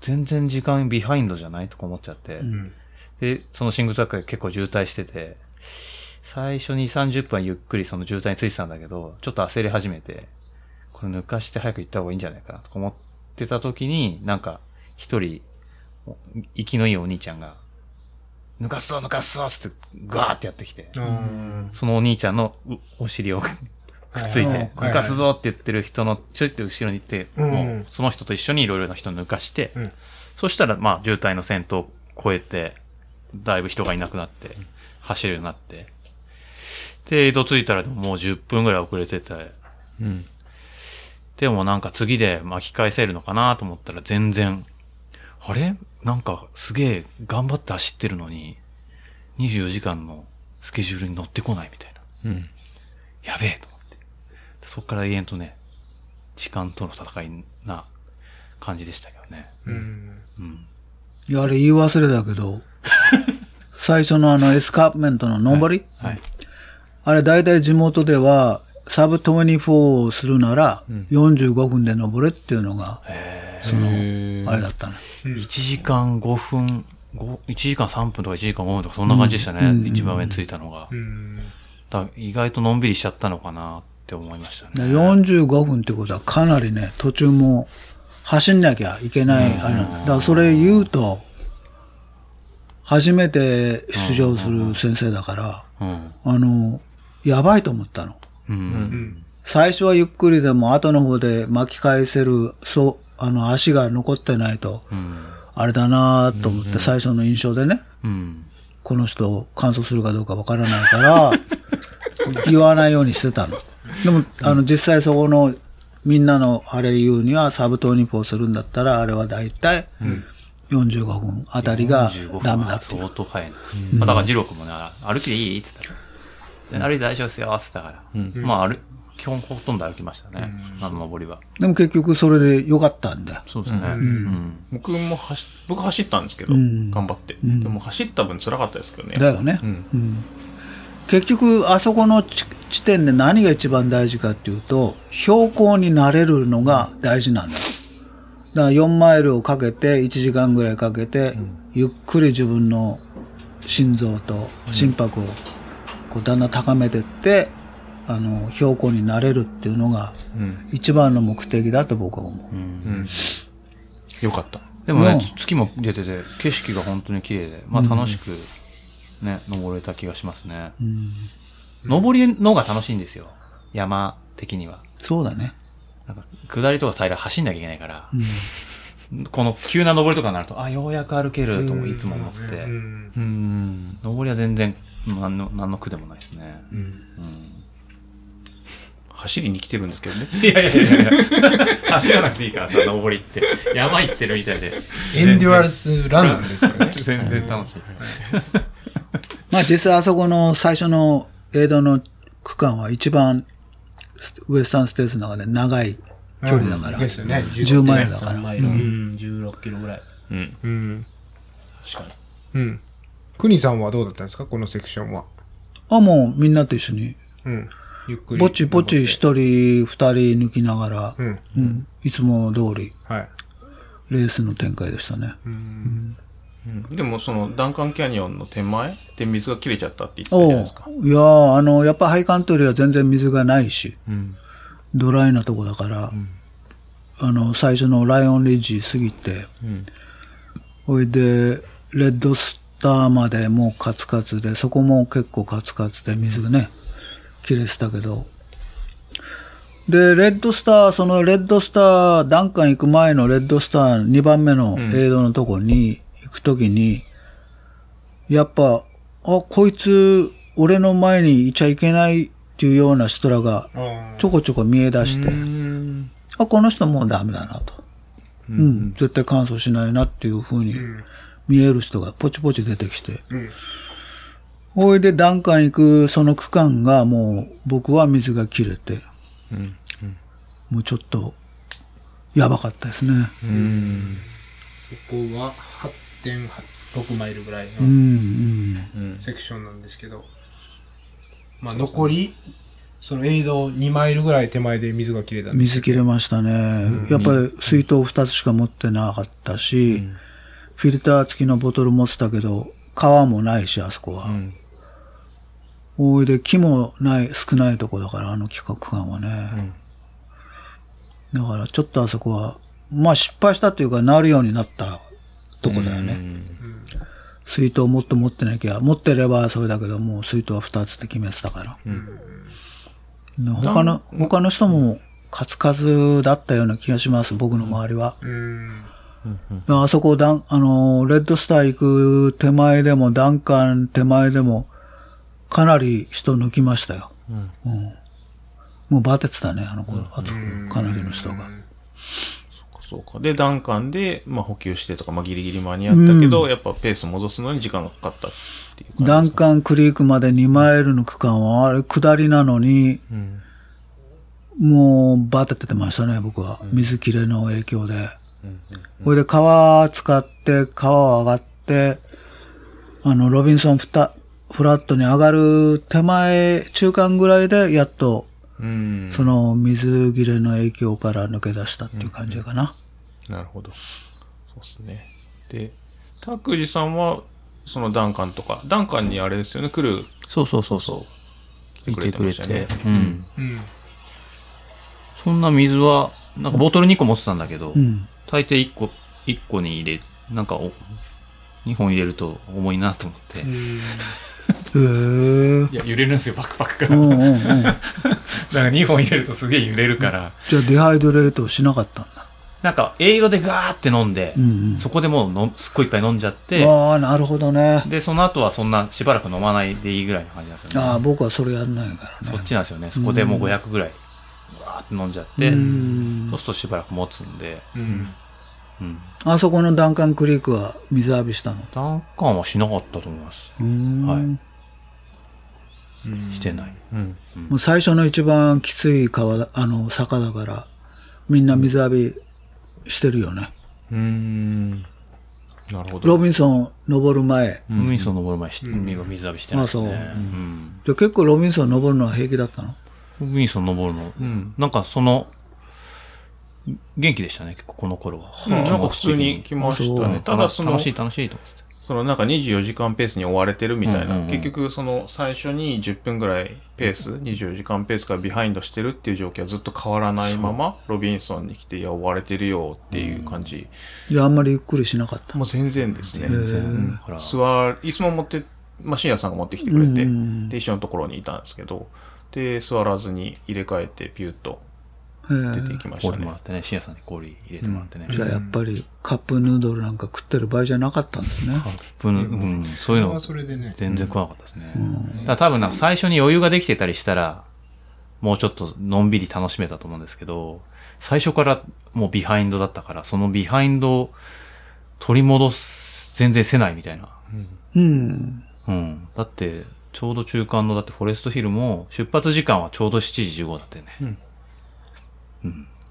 Speaker 5: 全然時間ビハインドじゃないとか思っちゃって。
Speaker 6: ん
Speaker 5: で、そのシングルトラックで結構渋滞してて、最初に30分ゆっくりその渋滞についてたんだけど、ちょっと焦り始めて、これ抜かして早く行った方がいいんじゃないかなとか思ってた時に、なんか、一人、生きのいいお兄ちゃんが、抜かすぞ抜かすぞっつって、ガーってやってきて。
Speaker 6: うん。
Speaker 5: そのお兄ちゃんのうお尻をくっつい
Speaker 6: はいはい
Speaker 5: て、抜かすぞって言ってる人のちょいって後ろに行って、
Speaker 6: うん
Speaker 5: もうその人と一緒にいろいろな人を抜かして、
Speaker 6: ん
Speaker 5: そしたらまあ渋滞の先頭を越えて、だいぶ人がいなくなって、走るようになって、で、江戸着いたらもう10分ぐらい遅れてて、
Speaker 2: うん。
Speaker 5: でもなんか次で巻き返せるのかなと思ったら全然、あれなんかすげえ頑張って走ってるのに、24時間のスケジュールに乗ってこないみたいな。
Speaker 2: うん。
Speaker 5: やべえと思って。でそこから永遠とね、時間との戦いな感じでしたけどね。
Speaker 6: うん。
Speaker 4: いや、あれ言い忘れたけ ど、最初のあのエスカープメントの上り、
Speaker 5: はい。
Speaker 4: あれ大体地元では、サブ24をするなら、45分で登れっていうのが、その、あれだったね。
Speaker 5: 1時間5分、5 1時間3分とか1時間5分とかそんな感じでしたね。一番上に着いたのが。
Speaker 6: うん。
Speaker 5: だ意外とのんびりしちゃったのかなって思いました
Speaker 4: で
Speaker 5: ね。
Speaker 4: 45分ってことはかなりね、途中も走んなきゃいけないあれなんだ。だからそれ言うと、初めて出場する先生だから、
Speaker 5: うん。
Speaker 4: あの、やばいと思ったの。
Speaker 5: うん。
Speaker 4: 最初はゆっくりでも後の方で巻き返せる、そう、あの足が残ってないと、あれだなと思って最初の印象でね、
Speaker 5: うん。
Speaker 4: この人を完走するかどうかわからないから、 言わないようにしてたの。でも、あの、実際そこの、みんなのあれ言うには、サブ投入法するんだったら、あれは大体、45分あたりが
Speaker 5: 15
Speaker 4: ダ
Speaker 5: 分
Speaker 4: メだ
Speaker 5: は
Speaker 4: っていう。
Speaker 5: 相当早いな。まあ、だから、二郎君もね、歩きでいいって言ったら。歩いて大丈夫ですよ、って言ったから。まあ、歩、基本ほとんど歩きましたね。あの登りは。
Speaker 4: でも結局それで良かったんだよ。
Speaker 5: そうですね。うん。
Speaker 2: 僕も走僕走ったんですけど、
Speaker 4: ん
Speaker 2: 頑張って、でも走った分辛かったですけどね
Speaker 4: だよね。
Speaker 2: うん
Speaker 4: うん結局、あそこの地地点で何が一番大事かっていうと、標高になれるのが大事なんだよ。だから4マイルをかけて、1時間ぐらいかけて、ゆっくり自分の心臓と心拍をこうだんだん高めてって、あの、標高になれるっていうのが、
Speaker 2: うん
Speaker 4: 一番の目的だと僕は思う。
Speaker 2: うんよかった
Speaker 5: でもね、
Speaker 4: うん
Speaker 5: つ月も出てて、景色が本当に綺麗で、まあ楽しくね、登れた気がしますね。登りのが楽しいんですよ。山的には。
Speaker 4: そうだね。
Speaker 5: なんか、下りとか平ら走んなきゃいけないから、この急な登りとかになると、あ、ようやく歩けるともいつも思って、
Speaker 6: うん
Speaker 5: うん、登りは全然、なんの、なんの苦でもないですね。うん。
Speaker 2: 走りに来てるんですけどね
Speaker 5: いやいやいやいや走らなくていいからさ、登りって。山行ってるみたいで。
Speaker 6: エンデュアルスランなんですよね。
Speaker 5: 全然楽しい。
Speaker 4: まあ実際あそこの最初のエイドの区間は一番スウエスタンステーツの中で長い距離だから。
Speaker 6: ですよね。
Speaker 4: 10マイルだから
Speaker 3: 3マイル、うん、16キロぐらい。
Speaker 2: うん
Speaker 6: うん。
Speaker 2: 確かに
Speaker 6: うん。くにさんはどうだったんですかこのセクションは。
Speaker 4: あ、もうみんなと一緒に、
Speaker 6: うん。ゆっくり。
Speaker 4: ぼちぼち一人二人抜きながら、
Speaker 6: うん。
Speaker 4: うんいつも通り
Speaker 6: はい。
Speaker 4: レースの展開でしたね。
Speaker 2: うんでもそのダンカンキャニオンの手前で水が切れちゃったって言ってたじゃ
Speaker 4: おう
Speaker 2: ない
Speaker 4: い
Speaker 2: ですか
Speaker 4: やーあの、やっぱハイカントリーは全然水がないし、
Speaker 2: うん
Speaker 4: ドライなとこだから、あの、最初のライオンリッジ過ぎて、
Speaker 2: うん
Speaker 4: ほいで、レッドスターまでもうカツカツで、そこも結構カツカツで水がね、切れてたけど。で、レッドスター、そのレッドスター、ダンカン行く前のレッドスター2番目のエイドのとこに行くときに、やっぱ、あ、こいつ、俺の前にいちゃいけないっていうような人らがちょこちょこ見え出して、
Speaker 2: うん
Speaker 4: あ、この人もうダメだなと。うん、絶対乾燥しないなっていうふうに見える人がポチポチ出てきて。ほいで、段階行くその区間がもう僕は水が切れて、
Speaker 2: うん
Speaker 4: もうちょっとやばかったですね。
Speaker 2: うん
Speaker 6: そこは
Speaker 3: 6マイルぐらいの。
Speaker 4: うん、うん。
Speaker 2: うん
Speaker 6: セクションなんですけど、まあ、残りそのエイド2マイルぐらい手前で水が切れたんです
Speaker 4: 水切れましたね、やっぱり水筒2つしか持ってなかったし、フィルター付きのボトル持ってたけど川もないしあそこは、
Speaker 2: ん
Speaker 4: おいで木もない少ないとこだからあの企画館はね、だからちょっとあそこはまあ失敗したというかなるようになったとこだよね、水筒もっと持ってなきゃ持ってればそれだけどもう水筒は2つって決めてたから、で他の他の人もカツカツだったような気がします僕の周りは、
Speaker 6: うーん
Speaker 4: あそこダンあのレッドスター行く手前でもダンカン手前でもかなり人抜きましたよ、うんもうバテてたねあの子あとかなりの人が
Speaker 2: そうか。で、ダンカンで、まあ、補給してとか、まあ、ギリギリ間に合ったけど、やっぱペース戻すのに時間がかかったっていう感
Speaker 4: ダ
Speaker 2: じで
Speaker 4: ン
Speaker 2: すか。
Speaker 4: カンクリークまで2マイルの区間はあれ下りなのに
Speaker 2: うん。
Speaker 4: もうバテててましたね、僕は。水切れの影響で。これで川使って、川を上がって、あの、ロビンソンフタフラットに上がる手前、中間ぐらいで、やっと、
Speaker 2: うん。
Speaker 4: その水切れの影響から抜け出したっていう感じかな。
Speaker 2: なるほど。そうですね。で、タクジさんは、そのダンカンとか、ダンカンにあれですよね、来る、
Speaker 5: そうそうそうそう。
Speaker 2: 来てくれてましたね
Speaker 5: いてくれてうん。
Speaker 6: うん
Speaker 5: そんな水は、なんかボトル2個持ってたんだけど、
Speaker 4: うん。
Speaker 5: 大抵1個、一個に入れ、なんかお、2本入れると重いなと思って。
Speaker 4: へえ。
Speaker 5: いや、揺れるんですよ、バックパック
Speaker 4: う
Speaker 5: が。
Speaker 4: ん
Speaker 5: だ
Speaker 4: うん
Speaker 5: か
Speaker 4: うん。
Speaker 5: ら2本入れるとすげえ揺れるから、
Speaker 4: じゃあデハイドレートしなかったんだ。
Speaker 5: なんか、栄養でガーって飲んで、
Speaker 4: うんうん
Speaker 5: そこでもうのすっごいいっぱい飲んじゃって、
Speaker 4: ああ、なるほどね。
Speaker 5: で、その後はそんなしばらく飲まないでいいぐらいの感じなんですよね。
Speaker 4: ああ、僕はそれやんないから
Speaker 5: そ
Speaker 4: ね。
Speaker 5: っちなんですよね。そこでもう500ぐらい、うわーって飲んじゃって、
Speaker 4: うん
Speaker 5: そうするとしばらく持つんで、うん。
Speaker 4: あそこのダンカンクリークは水浴びしたの。
Speaker 5: 断感はしなかったと思います。
Speaker 4: うーん
Speaker 5: はいしてない。
Speaker 2: うん。
Speaker 4: もう最初の一番きつい川だあの坂だから、みんな水浴びしてるよね。
Speaker 2: うーん。なるほど。
Speaker 4: ロビンソン登る前。
Speaker 5: 海その登る前し、海が水浴びしてないです
Speaker 4: あ
Speaker 5: ね。
Speaker 4: そう
Speaker 5: うん。
Speaker 4: じゃあ結構ロビンソン登るのは平気だったの
Speaker 5: 海その登るの、なんかその、元気でしたね、結構この頃は。
Speaker 2: うんなんか普通に来ましたね。た
Speaker 5: た
Speaker 2: だ
Speaker 5: だ
Speaker 2: そ
Speaker 5: そ
Speaker 2: の、
Speaker 5: の、楽しい楽しいと思ってて。
Speaker 2: そのなんか24時間ペースに追われてるみたいな、
Speaker 5: うんうんうん
Speaker 2: 結局その最初に10分ぐらいペース、24時間ペースからビハインドしてるっていう状況はずっと変わらないまま、ロビンソンに来て、いや、追われてるよっていう感じ。
Speaker 4: いや、あんまりゆっくりしなかった。
Speaker 2: もう全然ですね。
Speaker 5: 全然、ほら、
Speaker 2: 座る、椅子も持って、まあ、深夜さんが持ってきてくれて、
Speaker 4: うん
Speaker 2: で、一緒のところにいたんですけど、で、座らずに入れ替えて、ピュッと
Speaker 4: え
Speaker 2: 出て
Speaker 4: え
Speaker 2: いきました
Speaker 5: 氷もら
Speaker 2: ね
Speaker 5: っ。てね、深夜さんに氷入れてもらってね。
Speaker 4: じゃあやっぱりカップヌードルなんか食ってる場合じゃなかったんですね。
Speaker 5: うん、うんそういうの
Speaker 3: それでね。
Speaker 5: 全然食わなかったですね。だから多分なんか最初に余裕ができてたりしたら、もうちょっとのんびり楽しめたと思うんですけど、最初からもうビハインドだったから、そのビハインドを取り戻す、全然せないみたいな。
Speaker 4: うん。
Speaker 5: うん。だって、ちょうど中間の、だってフォレストヒルも出発時間はちょうど7時15だってね。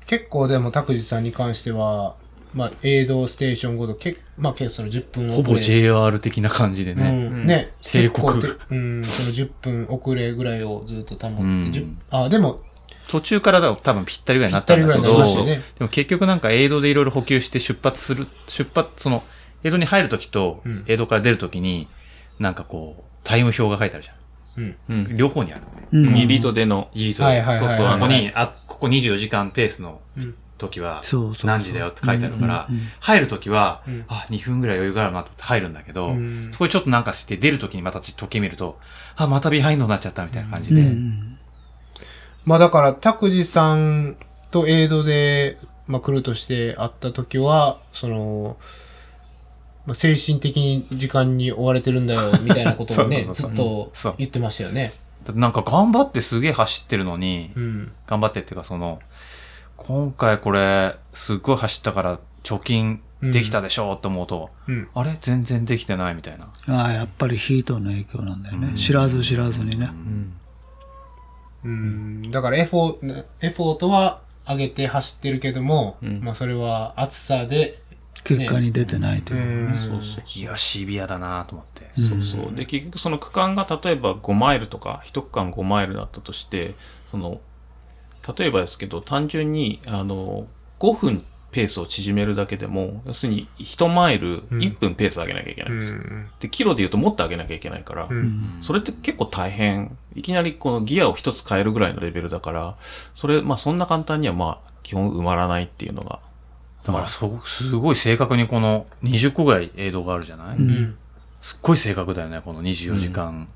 Speaker 3: 結構でも、拓司さんに関しては、まあ、映像ステーションごと、けまあ、けその10分遅れ。
Speaker 5: ほぼ JR 的な感じで
Speaker 3: う
Speaker 5: ね。
Speaker 3: ん、ね。
Speaker 5: 帝国
Speaker 3: 結構てうん、その10分遅れぐらいをずっと保って、
Speaker 5: ん
Speaker 3: 10あ、でも、
Speaker 5: 途中からだと多分ぴったりぐらいになったんです
Speaker 3: ぴ
Speaker 5: け
Speaker 3: ったり
Speaker 5: ど、
Speaker 3: ぐらいになりました
Speaker 5: で
Speaker 3: よね
Speaker 5: も結局なんかエイドでいろいろ補給して出発する、出発、その、エイドに入るときと
Speaker 3: ん、
Speaker 5: エイドから出るときに、なんかこう、タイム表が書いてあるじ
Speaker 3: うん。
Speaker 5: ゃん。両方にある。
Speaker 4: うん
Speaker 2: リリートでの、
Speaker 5: リー
Speaker 3: はいはいはいはい
Speaker 5: そうそう、ここに、あ、ここ24時間ペースの
Speaker 3: うん
Speaker 5: 時
Speaker 4: そ
Speaker 5: は
Speaker 4: うそうそ、う
Speaker 5: 何時だよって書いてあるから、入る時は
Speaker 3: うん、
Speaker 5: あ、2分ぐらい余裕があるなと思って入るんだけ
Speaker 3: う
Speaker 5: ど
Speaker 3: ん、
Speaker 5: そこでちょっとなんかして出る時にまた時計見ると、あ、またビハインドになっちゃったみたいな感じで、
Speaker 3: まあだから、拓司さんとエイドで、まあ、来るとして会った時は、その、まあ、精神的に時間に追われてるんだ よ、みたいなことをね、ず
Speaker 5: そうそうそう
Speaker 3: っと
Speaker 5: そう
Speaker 3: 言ってましたよね。
Speaker 5: だってなんか頑張ってすげえ走ってるのに
Speaker 3: う、ん。
Speaker 5: 頑張ってっていうかその、今回これ、すっごい走ったから貯金できたでしょうと思うと、
Speaker 3: うん。
Speaker 5: あれ全然できてないみたいな。
Speaker 4: ああ、やっぱりヒートの影響なんだよね。知らず知らずにね。
Speaker 3: うん。だから、エフォー、エフォートは上げて走ってるけども、まあそれは暑さで、
Speaker 4: 結果に出てないという。
Speaker 2: そうそう
Speaker 5: いや、シビアだなと思って。
Speaker 2: そうそう。で、結局その区間が例えば5マイルとか、1区間5マイルだったとして、その、例えばですけど、単純に、あの、5分ペースを縮めるだけでも、要するに1マイル1分ペース上げなきゃいけないんですよ。で、キロで言うともっと上げなきゃいけないから、それって結構大変。いきなりこのギアを1つ変えるぐらいのレベルだから、それ、まあそんな簡単にはまあ、基本埋まらないっていうのが。
Speaker 5: だからそ、すごい正確にこの20個ぐらい映像があるじゃない、
Speaker 3: うん。
Speaker 5: すっごい正確だよね、この24時間。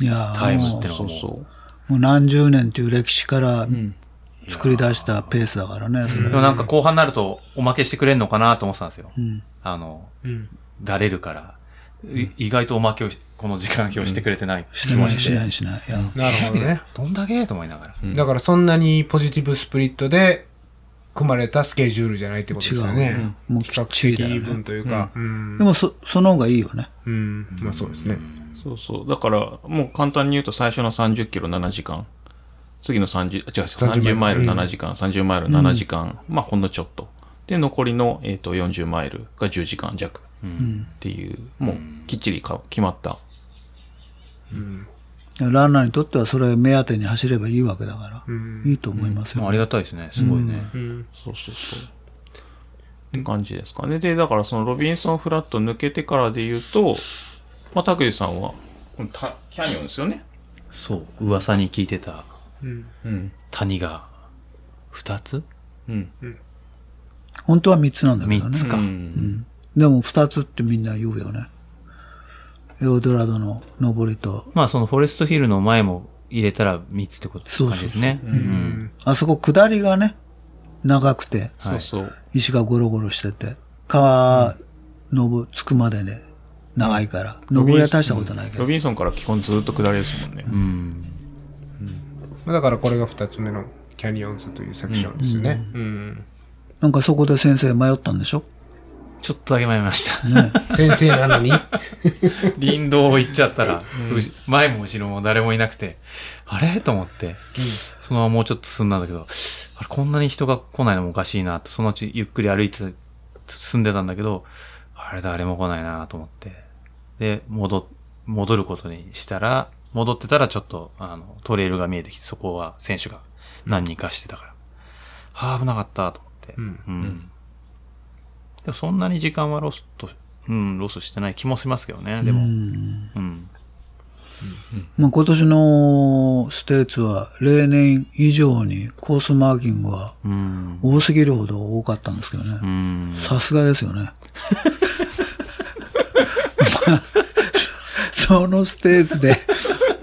Speaker 4: いや
Speaker 5: タイ
Speaker 4: ー
Speaker 5: ム
Speaker 4: も
Speaker 5: ってのは
Speaker 2: そ
Speaker 5: も
Speaker 2: う
Speaker 5: う
Speaker 2: そう。
Speaker 4: う、もう何十年という歴史から
Speaker 5: いや
Speaker 4: 作り出したペースだからね、それ
Speaker 5: でもなんか後半になるとおまけしてくれんのかなと思ってたんですよ。
Speaker 4: ん
Speaker 5: あの、
Speaker 3: うん。
Speaker 5: だれるから。い意外とおまけをし、この時間表してくれてない
Speaker 4: して
Speaker 5: 気
Speaker 4: な
Speaker 5: も
Speaker 4: い
Speaker 5: し。
Speaker 4: してないしない。いや
Speaker 3: なるほどね。
Speaker 5: どんだけと思いながら。
Speaker 3: だからそんなにポジティブスプリットで組まれたスケジュールじゃないってことですよ
Speaker 4: 違う
Speaker 3: ね。
Speaker 4: もうき
Speaker 3: 比較
Speaker 4: っちり
Speaker 3: 的
Speaker 4: だよ
Speaker 3: イー
Speaker 4: ね
Speaker 3: ブンというか。うん
Speaker 4: で。もそ、その方がいいよね。
Speaker 3: うん。まあそうですね。
Speaker 2: そうそう。だから、もう簡単に言うと最初の30キロ7時間。次の30、あ違う、30マイル7時間、30マイル7時間、まあほんのちょっと。で、残りの、えー、と40マイルが10時間弱。っていう、もうきっちりか決まった。
Speaker 4: ランナーにとってはそれ目当てに走ればいいわけだから、いいと思います
Speaker 5: まあ
Speaker 4: よ。
Speaker 5: ありがたいですね。すごいね。
Speaker 2: そうそうそう。って感じですかね。で、だからそのロビンソンフラット抜けてからで言うと、まあ、拓司さんは、うんたキャニオンですよね。
Speaker 5: そう、噂に聞いてた
Speaker 2: うん。
Speaker 5: 谷が2つ
Speaker 2: うん。
Speaker 4: 本当は3つなんだけど
Speaker 5: 3
Speaker 4: ね
Speaker 5: つ。か。
Speaker 4: でも2つってみんな言うよね。エオドラドの登りと、
Speaker 5: まあそのフォレストヒルの前も入れたら3つってこと
Speaker 4: そうそう
Speaker 5: 感じですね。うん
Speaker 4: あそこ下りがね、長くて、
Speaker 2: そうそう。
Speaker 4: 石がゴロゴロしてて、川、のぼ、着くまでね、長いから、登りは大したことないけ
Speaker 2: ロ
Speaker 4: ど。
Speaker 2: ビンソンから基本ずっと下りですもんね。
Speaker 5: うん。
Speaker 3: まあだからこれが2つ目のキャニオンズというセクションですよね。うん
Speaker 4: なんかそこで先生迷ったんでしょ
Speaker 5: ちょっとだけ迷いました。
Speaker 4: ね。
Speaker 3: 先生なのに
Speaker 5: 林道を行っちゃったら、うし前も後ろも誰もいなくて、あれと思って、そのままもうちょっと進んだんだけど、あれこんなに人が来ないのもおかしいなと、そのうちゆっくり歩いてた進んでたんだけど、あれ誰も来ないなと思って、で、戻っ、戻ることにしたら、戻ってたらちょっと、あの、トレイルが見えてきて、そこは選手が何人かしてたから、ああ、危なかったと思って、
Speaker 3: うん
Speaker 5: うんでもそんなに時間はロスと、うん、ロスしてない気もしますけどね、で
Speaker 4: う
Speaker 5: も。
Speaker 4: ん。
Speaker 5: うん。
Speaker 4: まあ今年のステーツは例年以上にコースマーキングは
Speaker 5: うん。
Speaker 4: 多すぎるほど多かったんですけどね。
Speaker 5: うん。
Speaker 4: さすがですよね。 まあそのステージで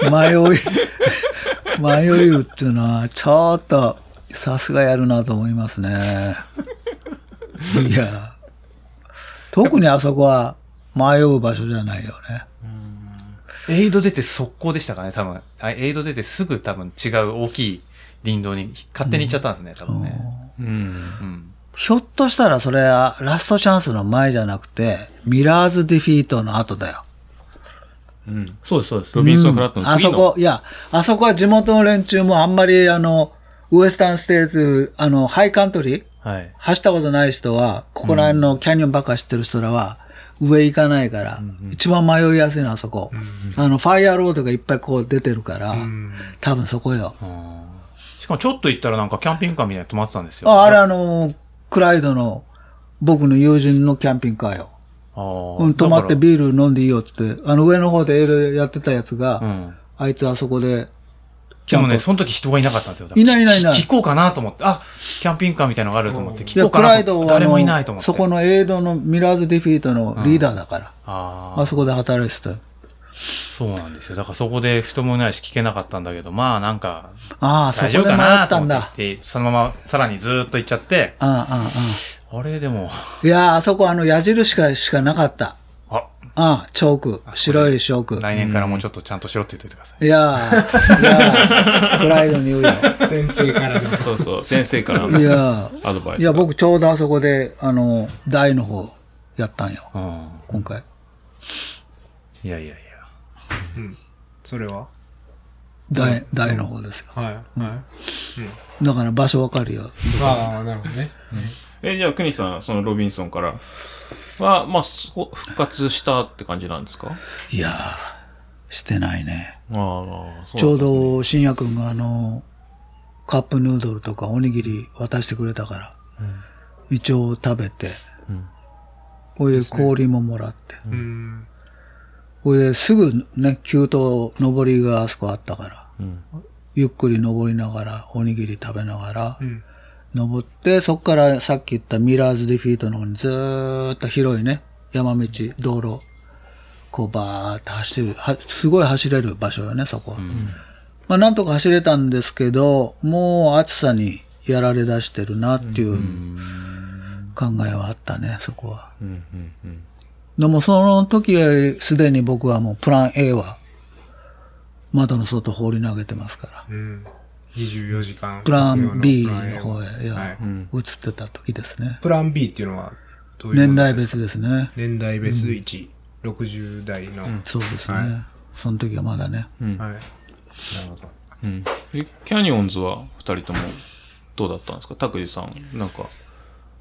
Speaker 4: 迷い、迷いっていうのは、ちょっとさすがやるなと思いますね。いや、特にあそこは迷う場所じゃないよね。
Speaker 5: エイド出て速攻でしたかね、多分。あエイド出てすぐ多分違う大きい林道に勝手に行っちゃったんですね、多分ね。
Speaker 2: うん。
Speaker 5: うん。
Speaker 4: ひょっとしたらそれはラストチャンスの前じゃなくて、ミラーズディフィートの後だよ。
Speaker 2: うん。そうです、そうです。ロビンソンフラットの
Speaker 4: あ
Speaker 2: 次
Speaker 4: そ
Speaker 2: の。
Speaker 4: こ、いや、あそこは地元の連中もあんまり、あの、ウエスタンステーズ、あの、ハイカントリー、
Speaker 5: はい。
Speaker 4: 走ったことない人は、ここら辺のキャニオンばっか知ってる人らは、上行かないから、一番迷いやすいのはあそこ。あの、ファイアロードがいっぱいこう出てるから、多分そこよ。
Speaker 5: しかもちょっと行ったらなんかキャンピングカーみたいなの止まってたんですよ。
Speaker 4: ああれ
Speaker 5: あ
Speaker 4: あの、クライドの、僕の友人のキャンピングカーよ。
Speaker 5: ー
Speaker 4: うん、泊まって
Speaker 5: だか
Speaker 4: ビール飲んでいいよって言って、あの上の方でエールやってたやつが、
Speaker 5: らうん。
Speaker 4: あいつあそこで、キ
Speaker 5: で
Speaker 4: ャン
Speaker 5: も
Speaker 4: プ
Speaker 5: ね、その時人がいなかったんですよ。だから
Speaker 4: いないいないいない
Speaker 5: き聞こうかなと思って、あ、キャンピングカーみたいなのがあると思って、
Speaker 4: い
Speaker 5: 聞こ
Speaker 4: や、
Speaker 5: うか
Speaker 4: ク
Speaker 5: な
Speaker 4: ラ
Speaker 5: と
Speaker 4: イドは
Speaker 5: 思っ
Speaker 4: あ
Speaker 5: て。
Speaker 4: の
Speaker 5: 誰もいないと思って。
Speaker 4: そこのエイドのミラーズディフィートのリーダーだから、
Speaker 5: ああ
Speaker 4: あそこで働いてたよ。
Speaker 5: そうなんですよ。だからそこで人もいないし聞けなかったんだけど、まあなんか、
Speaker 4: ああ、そこ
Speaker 5: 大
Speaker 4: で
Speaker 5: 丈
Speaker 4: 迷
Speaker 5: 夫かな
Speaker 4: っ
Speaker 5: と
Speaker 4: たん
Speaker 5: 思
Speaker 4: だ
Speaker 5: っ。て、そのままさらにずーっと行っちゃって、
Speaker 4: ああ、ああ、あ
Speaker 5: あれでも、
Speaker 4: あ。いやあ、あそこあの矢印しかしかなかった。
Speaker 5: あ、
Speaker 4: ああ、チョーク。白いチョーク。
Speaker 5: 来年からもうちょっとちゃんとしろって言っといてください。
Speaker 4: いやあ、いやあ、クライドに言うよ。
Speaker 3: 先生からの。
Speaker 2: そうそう。先生 から
Speaker 4: い
Speaker 2: の
Speaker 4: や
Speaker 2: アドバイ
Speaker 4: あ、い
Speaker 2: スが。
Speaker 4: や、僕ちょうどあそこで、あの、台の方やったんよ、
Speaker 5: うん。
Speaker 4: 今回。
Speaker 5: いやいやいや。
Speaker 3: それは
Speaker 4: 台、台の方ですよ。
Speaker 3: はい。はい。
Speaker 4: だから場所わかるよ。
Speaker 3: ああ、なるほどね。
Speaker 2: え、じゃあ、クニさん、そのロビンソンからは、まあ、そこ復活したって感じなんですか
Speaker 4: いやあ、してないね。
Speaker 2: ああ、そう
Speaker 4: ちょうど、信也くんがあの、カップヌードルとかおにぎり渡してくれたから、一応食べて、ほいで氷ももらって、
Speaker 3: うん。
Speaker 4: ほいですぐね、急登上りがあそこあったから、ゆっくり登りながら、おにぎり食べながら、
Speaker 3: ん
Speaker 4: 登って、そこからさっき言ったミラーズディフィートの方にずーっと広いね、山道、道路、こうバーっと走る、はすごい走れる場所よね、そこは。まあ、なんとか走れたんですけど、もう暑さにやられ出してるなっていう考えはあったね、そこは。
Speaker 2: うんうんうん。
Speaker 4: でもその時はすでに僕はもうプラン A は窓の外放り投げてますから。
Speaker 3: うん。24時間。
Speaker 4: プラン B の
Speaker 3: プ
Speaker 4: 方
Speaker 3: ラン A
Speaker 4: へ、いや
Speaker 3: はい
Speaker 4: 移ってた時ですね。
Speaker 3: プラン B っていうのはどういうこと
Speaker 4: 年代別ですね。
Speaker 3: 年代別1、60代の。
Speaker 4: そうですね。
Speaker 3: は
Speaker 4: その時はまだね。
Speaker 3: はい。なるほど。
Speaker 2: うん、えキャニオンズは2人ともどうだったんですか拓司さんなんか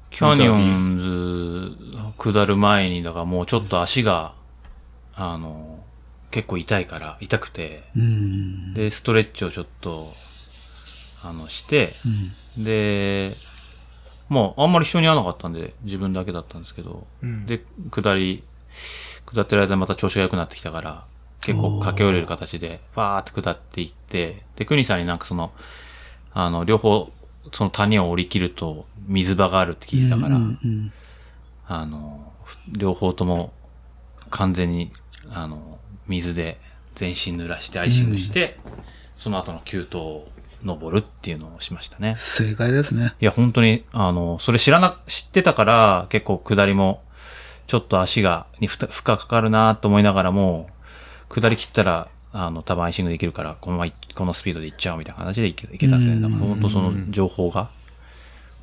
Speaker 5: キャニオンズ下る前に、だからもうちょっと足が、あの、結構痛いから、痛くて、
Speaker 4: うん。
Speaker 5: で、ストレッチをちょっと、あの、して、で、まあ、あんまり人に会わなかったんで、自分だけだったんですけど、で、下り、下ってる間にまた調子が良くなってきたから、結構駆け下りる形で、バーって下っていって、で、クニさんになんかその、あの、両方その谷を降り切ると水場があるって聞いてたから、
Speaker 4: うんうん
Speaker 5: あの、両方とも完全に、あの、水で全身濡らしてアイシングして、その後の急登を登るっていうのをしましたね。
Speaker 4: 正解ですね。
Speaker 5: いや、本当に、あの、それ知らな、知ってたから、結構下りも、ちょっと足が、にふた負荷かかるなと思いながらも、下り切ったら、あの、多分アイシングできるから、このままい、このスピードで行っちゃうみたいな形で行け行けたんですね。だから本当その情報が、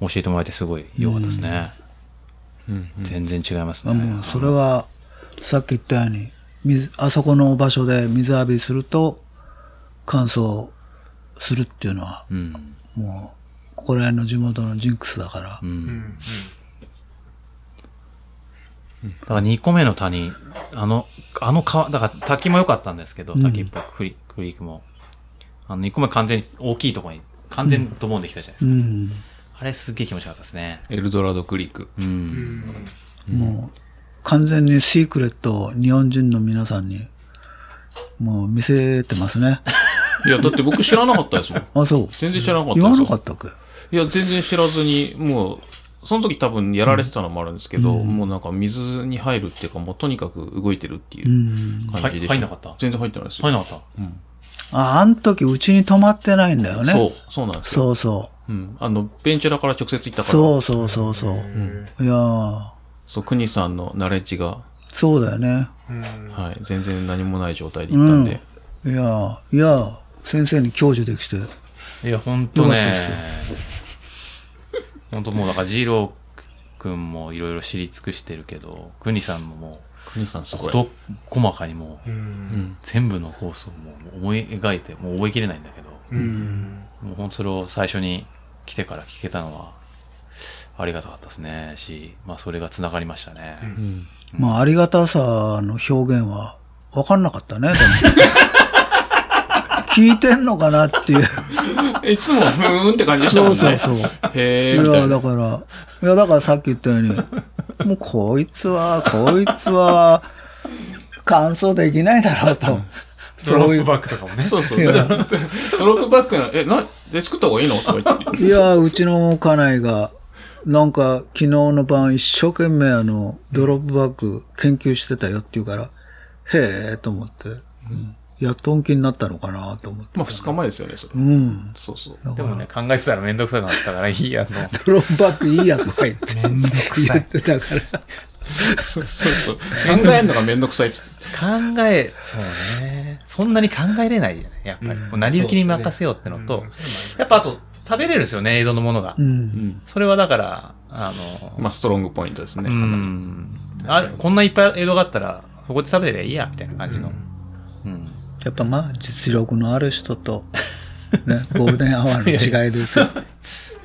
Speaker 5: 教えてもらえてすごい良かったですね。全然違います
Speaker 4: ま
Speaker 5: ね。
Speaker 4: あもうそれは、さっき言ったように、水、あそこの場所で水浴びすると、乾燥するっていうのは、
Speaker 5: うん。
Speaker 4: もう、ここら辺の地元のジンクスだから
Speaker 5: う、ん。だから2個目の谷、あの、あの川、だから滝も良かったんですけど、滝っぽく、クリクリークも。あの、2個目完全に大きいところに、完全にドボンできたじゃないです
Speaker 4: う
Speaker 5: か。
Speaker 4: ん、
Speaker 5: あれすっげえ気持ちよかったですね。
Speaker 2: エルドラドクリーク。
Speaker 5: うん。
Speaker 4: もう、完全にシークレットを日本人の皆さんに、もう見せてますね。
Speaker 2: いや、だって僕知らなかったですもん。
Speaker 4: あ、そう。
Speaker 2: 全然知らなかったで
Speaker 4: 言
Speaker 2: す
Speaker 4: わ
Speaker 2: よ
Speaker 4: なかったっけ。
Speaker 2: いや、全然知らずに、もう、その時多分やられてたのもあるんですけど、もうなんか水に入るっていうか、もうとにかく動いてるっていううん感じでした。
Speaker 5: はい入んなかった
Speaker 2: 全然入ってないですよ。
Speaker 5: 入んなかっ
Speaker 4: あ、あの時うちに泊まってないんだよね。
Speaker 2: そう、そうなんですよ。
Speaker 4: そうそ
Speaker 2: うん。あの、ベンチュラから直接行ったから、
Speaker 4: う。
Speaker 2: そう、
Speaker 4: そうそうそうそう。いやー
Speaker 2: 国さんのナレッジが、
Speaker 4: そうだよね。
Speaker 2: はい、全然何もない状態で行ったんで、
Speaker 4: いやーいやー先生に享受できて。
Speaker 5: た。いや、ほんと
Speaker 4: 良かった
Speaker 5: ね
Speaker 4: ですよ。
Speaker 5: ほんともう、だから、ジーローくんもいろいろ知り尽くしてるけど、クニさんもも
Speaker 2: 国さんす
Speaker 5: う、
Speaker 2: ご
Speaker 5: こ
Speaker 2: い。
Speaker 5: と細かにもう、
Speaker 2: うん。
Speaker 5: 全部の放送も思い描いて、もう覚えきれないんだけど、もうほんとそれを最初に来てから聞けたのは、ありがたかったですね。し、まあそれが繋がりましたね。
Speaker 2: うん。
Speaker 4: まあ、ありがたさの表現は分かんなかったね、 でも。聞いてんのかなっていう。
Speaker 2: いつもふーんって感じでしたもん
Speaker 4: そう
Speaker 2: ね。
Speaker 4: そうそう。い
Speaker 2: へーみた
Speaker 4: や、
Speaker 2: い
Speaker 4: だ
Speaker 2: な。
Speaker 4: から、いや、だからさっき言ったように、もうこいつは、こいつは、感想できないだろうと。そういう。
Speaker 3: バックとかもね。
Speaker 2: そうそう。
Speaker 4: い
Speaker 2: ド
Speaker 4: や
Speaker 2: ロップバックな、え、な、で作った方がいいのとか言って。
Speaker 4: いや、うちの家内が、なんか昨日の晩一生懸命あの、ドロップバッグ研究してたよって言うから、へえと思って、やっと本気になったのかなと思って。
Speaker 2: まあ、2日前ですよね、それ。
Speaker 4: うん。
Speaker 2: そうそう。
Speaker 5: でもね、考えてたらめんどくさくなったから、いいやと。
Speaker 4: ドロップバッグいいやとか言って、言ってたから。
Speaker 2: そうそう。考えるのがめんどくさいっつって。
Speaker 5: 考え、そうね。そんなに考えれないよね、やっぱり。もう成り行きに任せようってのと、やっぱあと、食べれるんですよね、江戸のものが。
Speaker 4: うん。
Speaker 2: うん。
Speaker 5: それはだから、あの、
Speaker 2: まあ、ストロングポイントですね。
Speaker 5: うん。あるこんないっぱい江戸があったら、そこで食べれりゃいいや、みたいな感じの。うん。
Speaker 4: やっぱまあ、実力のある人と、ね、ゴールデンアワーの違いですよ。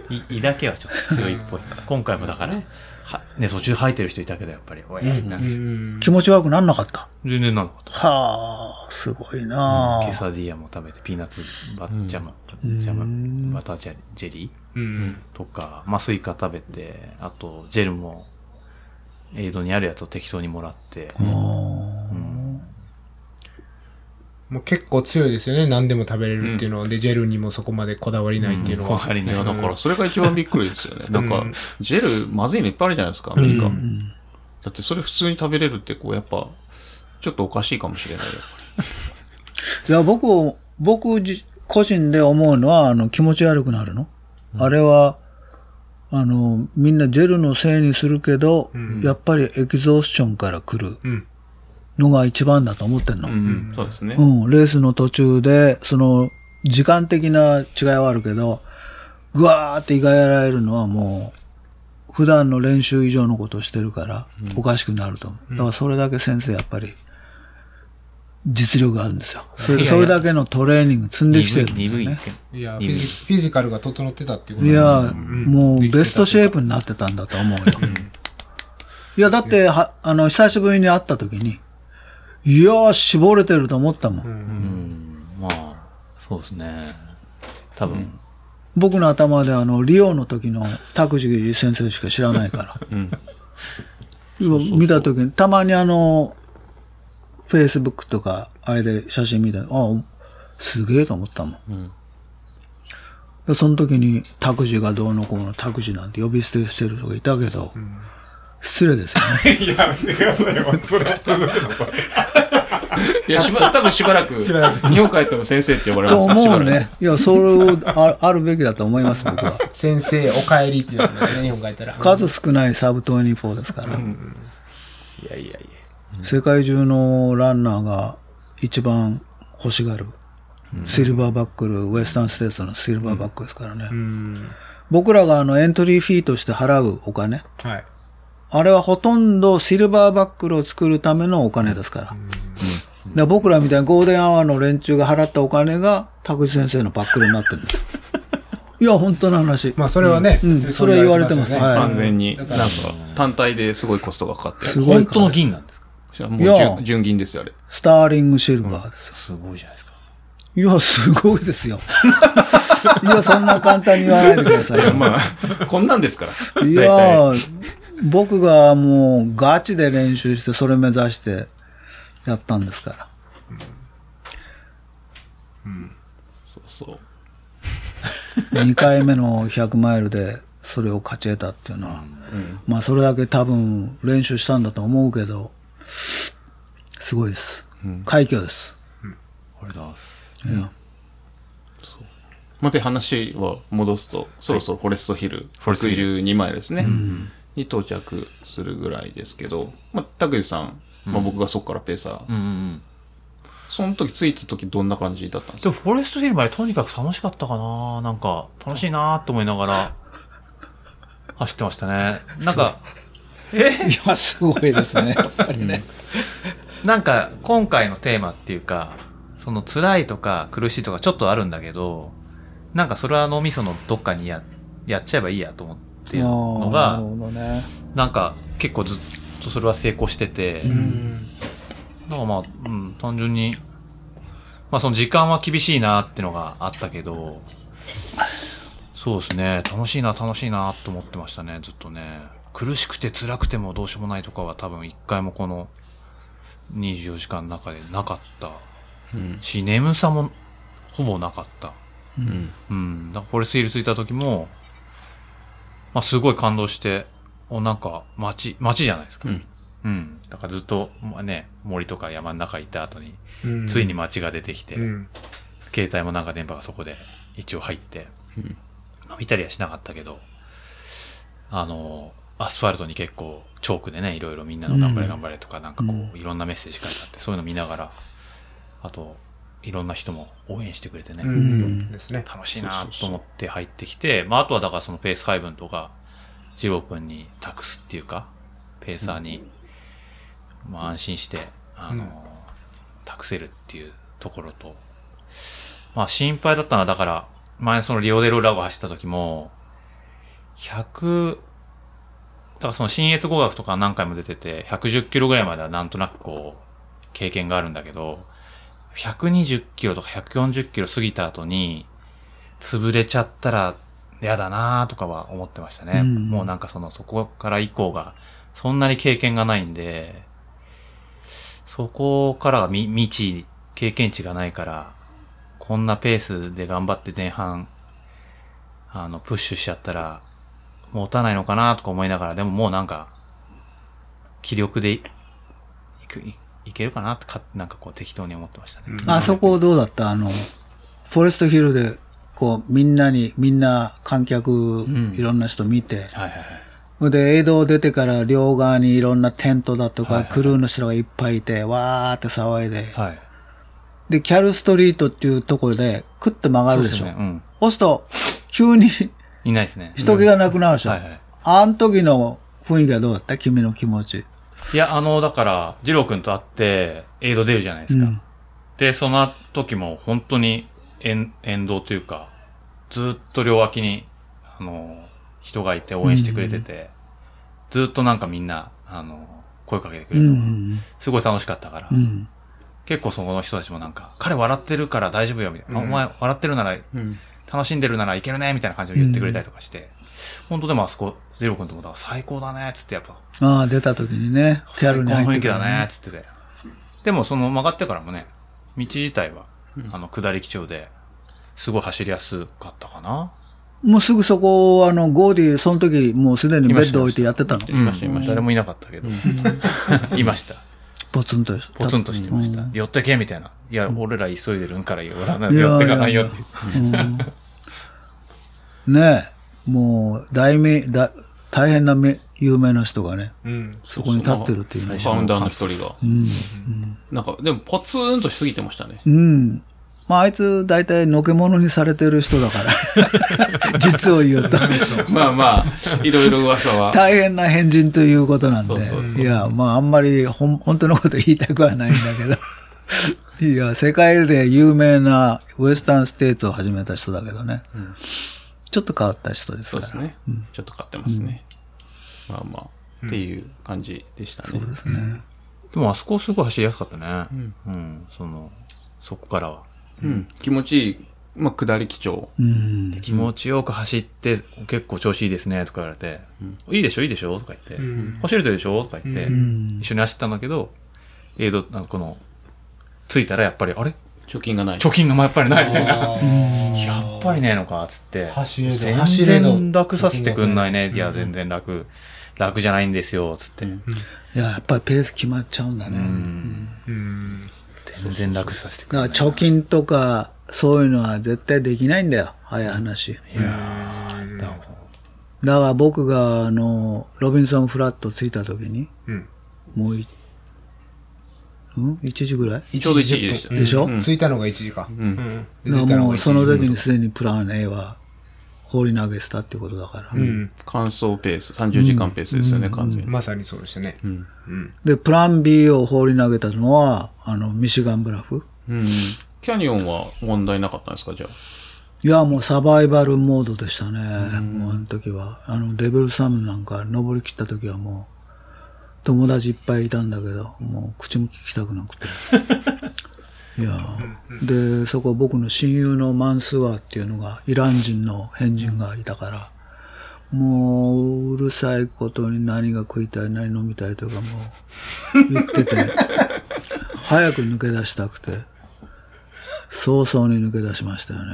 Speaker 5: い胃だけはちょっと強いっ ぽい。今回もだから、はね、途中吐いてる人いたけど、やっぱり、おい、なんす
Speaker 4: 気持ち悪くなんなかった。
Speaker 5: 全然なんなかった。
Speaker 4: はあ、すごいな
Speaker 5: ケ
Speaker 4: あ
Speaker 5: サディアも食べて、ピーナッツバッジャム、ジャム、バタージェリージェリーとか、まあ、スイカ食べて、あと、ジェルも、エイドにあるやつを適当にもらって、
Speaker 3: もう結構強いですよね。何でも食べれるっていうのはで、ジェルにもそこまでこだわりないっていうの
Speaker 5: わ
Speaker 3: は。
Speaker 5: かり
Speaker 2: い
Speaker 5: ない
Speaker 2: や、だから、それが一番びっくりですよね。なんか、ジェル、まずいのいっぱいあるじゃないですか、アメリカ。だって、それ普通に食べれるって、こう、やっぱ、ちょっとおかしいかもしれないよ。
Speaker 4: いや、僕を、僕じ個人で思うのは、あの、気持ち悪くなるの。あれは、あの、みんなジェルのせいにするけど、やっぱりエキゾースションから来る
Speaker 3: ん
Speaker 4: のが一番だと思ってんの。う、
Speaker 2: うんん。そうですね。
Speaker 4: レースの途中で、その、時間的な違いはあるけど、ぐわーって意外やられるのはもう、普段の練習以上のことをしてるから、おかしくなると思う。だからそれだけ先生やっぱり、実力があるんですよ。それそれだけのトレーニング積んできてるんだよ
Speaker 5: 鈍い、鈍い
Speaker 4: ね
Speaker 5: って。
Speaker 3: いや、フィジフィジカルが整ってたっていうこと
Speaker 4: い
Speaker 3: だ
Speaker 4: や、もうベストシェイプになってたんだと思うよ。いや、だって、は、あの、久しぶりに会った時に、いやー、絞れてると思ったもん。
Speaker 5: うん、まあ、そうですね。多分、
Speaker 4: 僕の頭で、あの、リオの時の拓司先生しか知らない から。今見た時に、たまにあの、Facebook とか、あれで写真見たら、あ、すげえと思ったもん。でその時に、タクジがどうのこうの、タクジなんて呼び捨てしてる人がいたけど、失礼ですよね。
Speaker 3: やめてくださいよ。それ続くのこれ。
Speaker 2: いや、しば多分しばらく、日本帰っても先生って呼ばれ
Speaker 4: と
Speaker 2: ますしば
Speaker 4: 思う
Speaker 2: らく。
Speaker 4: ね。いや、それをああるべきだと思います、僕は。
Speaker 3: 先生、お帰りって言うんだよね、日本帰ったら。
Speaker 4: 数少ないサブ24ですから、
Speaker 5: いやいやいや。
Speaker 4: 世界中のランナーが一番欲しがる、シルバーバックル、ウエスタンステーツのシルバーバックですからね。
Speaker 3: うん。
Speaker 4: 僕らがあのエントリーフィーとして払うお金、
Speaker 3: はい。
Speaker 4: あれはほとんどシルバーバックルを作るためのお金ですから。だから僕らみたいなゴールデンアワーの連中が払ったお金が、拓司先生のバックルになってるんですよ。いや、本当の話。
Speaker 3: まあ、それはね、
Speaker 4: うんそれは言われてます
Speaker 3: よ
Speaker 4: はい
Speaker 2: 完全に、
Speaker 3: だ
Speaker 2: なん
Speaker 3: か
Speaker 2: から単体ですごいコストがかかって
Speaker 4: すごい
Speaker 5: 本
Speaker 4: か
Speaker 5: 当の銀なんですか
Speaker 2: る。もう
Speaker 4: いや
Speaker 2: 純純銀ですよ、あれ。
Speaker 4: スターリングシルバーです。
Speaker 5: すごいじゃないですか。
Speaker 4: いや、すごいで すよ。いや、そんな簡単に言わないでください
Speaker 2: いや、
Speaker 4: よ。
Speaker 2: まあ、 こんなんですから。
Speaker 4: い
Speaker 2: 大体
Speaker 4: や、僕がもうガチで練習して、それ目指してやったんですから。
Speaker 2: そうそう。
Speaker 4: 2回目の100マイルでそれを勝ち得たっていうのは、まあそれだけ多分練習したんだと思うけど、すごいです。快挙です。
Speaker 5: ありがとうございます。
Speaker 2: まあ、で話は戻すと、そろそろフォレストヒル、
Speaker 5: レストヒ
Speaker 2: 62マイルですね、に到着するぐらいですけど、まあ、拓司さん、まあ、僕がそこからペーサー、
Speaker 5: うんうんうん。
Speaker 2: その時着いた時どんな感じだったんです
Speaker 5: で
Speaker 2: か
Speaker 5: も、フォレストヒルまでとにかく楽しかったかななんか、楽しいなと思いながら、走ってましたね。なんか、
Speaker 4: いや、すごいです ね。やっぱりね。
Speaker 5: なんか、今回のテーマっていうか、その辛いとか苦しいとかちょっとあるんだけど、なんかそれは脳みそのどっかにや、やっちゃえばいいやと思ってるの
Speaker 4: ああな
Speaker 5: が
Speaker 4: る、ほどね。
Speaker 5: なんか結構ずっとそれは成功してて、だからまあ、うん、単純に、まあその時間は厳しいなってのがあったけど、そうですね、楽しいな楽しいなと思ってましたね、ずっとね。苦しくて辛くてもどうしようもないとかは多分一回もこの24時間の中でなかった
Speaker 2: うん
Speaker 5: し、眠さもほぼなかった。
Speaker 2: うん
Speaker 5: うん、だからフォレストヒル着いた時も、まあ、すごい感動して、お、なんか、街、街じゃないですか。
Speaker 2: うん
Speaker 5: うんだからずっと、まあね、森とか山の中行った後に、
Speaker 3: うん
Speaker 5: ついに街が出てきて、
Speaker 3: うん。
Speaker 5: 携帯もなんか電波がそこで一応入って、
Speaker 2: うん
Speaker 5: まあ見たりはしなかったけど、あの、アスファルトに結構、チョークでね、いろいろみんなの頑張れ頑張れとか、なんかこう、いろんなメッセージ書いてあって、そういうの見ながら、あと、いろんな人も応援してくれてね、
Speaker 3: うん。ですね。
Speaker 5: 楽しいなと思って入ってきて、まあ、あとはだからそのペース配分とか、ジロー君に託すっていうか、ペーサーに、まあ安心して、あの、
Speaker 3: うん
Speaker 5: 託せるっていうところと、まあ心配だったのは、だから、前そのリオデロラゴ走った時も、100、だからその新越語学とか何回も出てて、110キロぐらいまではなんとなくこう、経験があるんだけど、120キロとか140キロ過ぎた後に、潰れちゃったら嫌だなとかは思ってましたね。
Speaker 4: うん
Speaker 5: もうなんかその、そこから以降が、そんなに経験がないんで、そこからがみ未知、経験値がないから、こんなペースで頑張って前半、あの、プッシュしちゃったら、持たないのかなとか思いながら、でももうなんか、気力でいいくいいけるかなってか、なんかこう適当に思ってましたね。
Speaker 4: あそこどうだったあの、フォレストヒルで、こう、みんなに、みんな観客、いろんな人見て、
Speaker 5: はいはいはい。
Speaker 4: で、映像出てから両側にいろんなテントだとか、クルーの人がいっぱいいて、わーって騒いで、
Speaker 5: はい。
Speaker 4: で、キャルストリートっていうところで、クッと曲がるでしょ。
Speaker 5: そうですよねうん
Speaker 4: 押すと、急に
Speaker 5: いないですね。
Speaker 4: 人気がなくなるでしょ。
Speaker 5: はいはい
Speaker 4: あん時の雰囲気はどうだった君の気持ち。
Speaker 5: いや、あの、だから、二郎くんと会って、エイド出るじゃないですか。
Speaker 4: うん
Speaker 5: で、その時も、本当に、沿、沿道というか、ずっと両脇に、あの、人がいて応援してくれてて、ずっとなんかみんな、あの、声かけてく
Speaker 4: う
Speaker 5: れ
Speaker 4: ん
Speaker 5: る
Speaker 4: う
Speaker 5: のが、
Speaker 4: ん
Speaker 5: すごい楽しかったから、
Speaker 4: うん。うん
Speaker 5: 結構そこの人たちもなんか、彼笑ってるから大丈夫よ、みたいな。お前笑ってるなら、楽しんでるならいけるね、みたいな感じで言ってくれたりとかして、本当でもあそこ、二郎くんともだから最高だね、つってやっぱ、
Speaker 4: ああ、出た時にね、キャルに入
Speaker 5: 最高
Speaker 4: っ
Speaker 5: の雰
Speaker 4: て
Speaker 5: 囲気
Speaker 4: くる
Speaker 5: だね、っつってて。でもその曲がってからもね、道自体は、あの、下り基調で、すごい走りやすかったかな。
Speaker 4: もうすぐそこ、あの、ゴーディ、その時、もうすでにベッド置いてやってたの。
Speaker 2: いました、いました。
Speaker 5: 誰もいなかったけど。いました。
Speaker 4: ポツンとし
Speaker 5: ポツンとしてました。寄ってけみたいな。いや、俺ら急いでるんから寄らない
Speaker 4: いや
Speaker 5: 寄ってかないよって。
Speaker 4: ねえ、もう、大名、だ大変なめ有名な人がね、
Speaker 3: うん。
Speaker 4: そこに立ってるっていうの
Speaker 2: フ
Speaker 4: は
Speaker 2: ァウンダーの一人が。なんか、でもポツンとしすぎてましたね。
Speaker 4: うん。まあ、あいつ、大体、のけ者にされてる人だ から。実を言うと。
Speaker 2: まあまあ、いろいろ噂 は。
Speaker 4: 大変な変人ということなんで。
Speaker 2: そうそうそう
Speaker 4: いや、まあ、あんまりほん、本当のこと言いたくはないんだ けど。いや、世界で有名なウエスタンステーツを始めた人だけどね。ちょっと変わった人です
Speaker 2: そう
Speaker 4: か
Speaker 2: で
Speaker 4: ら。
Speaker 2: すね。ちょっと買ってますね。まあまあ、っていう感じでしたね。
Speaker 4: そうですね。
Speaker 5: でもあそこすごい走りやすかったね。うん。その、そこからは。
Speaker 2: うん気持ちいい、まあ、下り基調。
Speaker 4: うん。
Speaker 5: 気持ちよく走って、結構調子いいですね、とか言われて、いいでしょ、いいでしょ、とか言って、走れてるでしょ、とか言って、一緒に走ったんだけど、えーと、なんかこの、着いたらやっぱり、あれ
Speaker 2: 貯金がない。
Speaker 5: 貯金がやっぱりないみたいな。や
Speaker 3: や
Speaker 5: っぱりねえのか、つって。
Speaker 3: 走れど
Speaker 5: 全
Speaker 3: 走れど
Speaker 5: 然楽させてくんないね。いや、全然楽、楽じゃないんですよ、つって。
Speaker 4: いや、やっぱりペース決まっちゃうんだね。
Speaker 5: 全然楽させてくん
Speaker 4: だ
Speaker 5: な
Speaker 4: から
Speaker 5: い。
Speaker 4: 貯金とか、そういうのは絶対できないんだよ。早い話。
Speaker 5: いやー、だからも
Speaker 4: だから僕が、あの、ロビンソンフラット着いた時に、
Speaker 3: うん
Speaker 4: もうい、うん ?1 時ぐらい
Speaker 2: ちょうど1時でしたね。。
Speaker 4: でしょ、
Speaker 3: 着いたのが1時か。うんで
Speaker 4: だ
Speaker 3: 出
Speaker 4: か
Speaker 3: た
Speaker 4: ら
Speaker 3: の
Speaker 4: も
Speaker 3: が
Speaker 4: う
Speaker 3: 1
Speaker 4: その時にすでにプラン A は放り投げしたってことだから、
Speaker 3: うん。
Speaker 2: 乾燥ペース、30時間ペースですよね、完全に。
Speaker 3: まさにそうでしたね。
Speaker 4: でプラン B を放り投げたのはあのミシガンブラフ
Speaker 2: うんキャニオンは問題なかったんですか、じゃあ。
Speaker 4: いやもうサバイバルモードでしたね、もうあの時はあのデビルサムなんか登り切った時はもう友達いっぱいいたんだけどもう口も聞きたくなくていやでそこ僕の親友のマンスワーっていうのがイラン人の変人がいたから、もう、うるさいことに何が食いたい、何飲みたいとかもう言ってて、早く抜け出したくて、早々に抜け出しましたよね。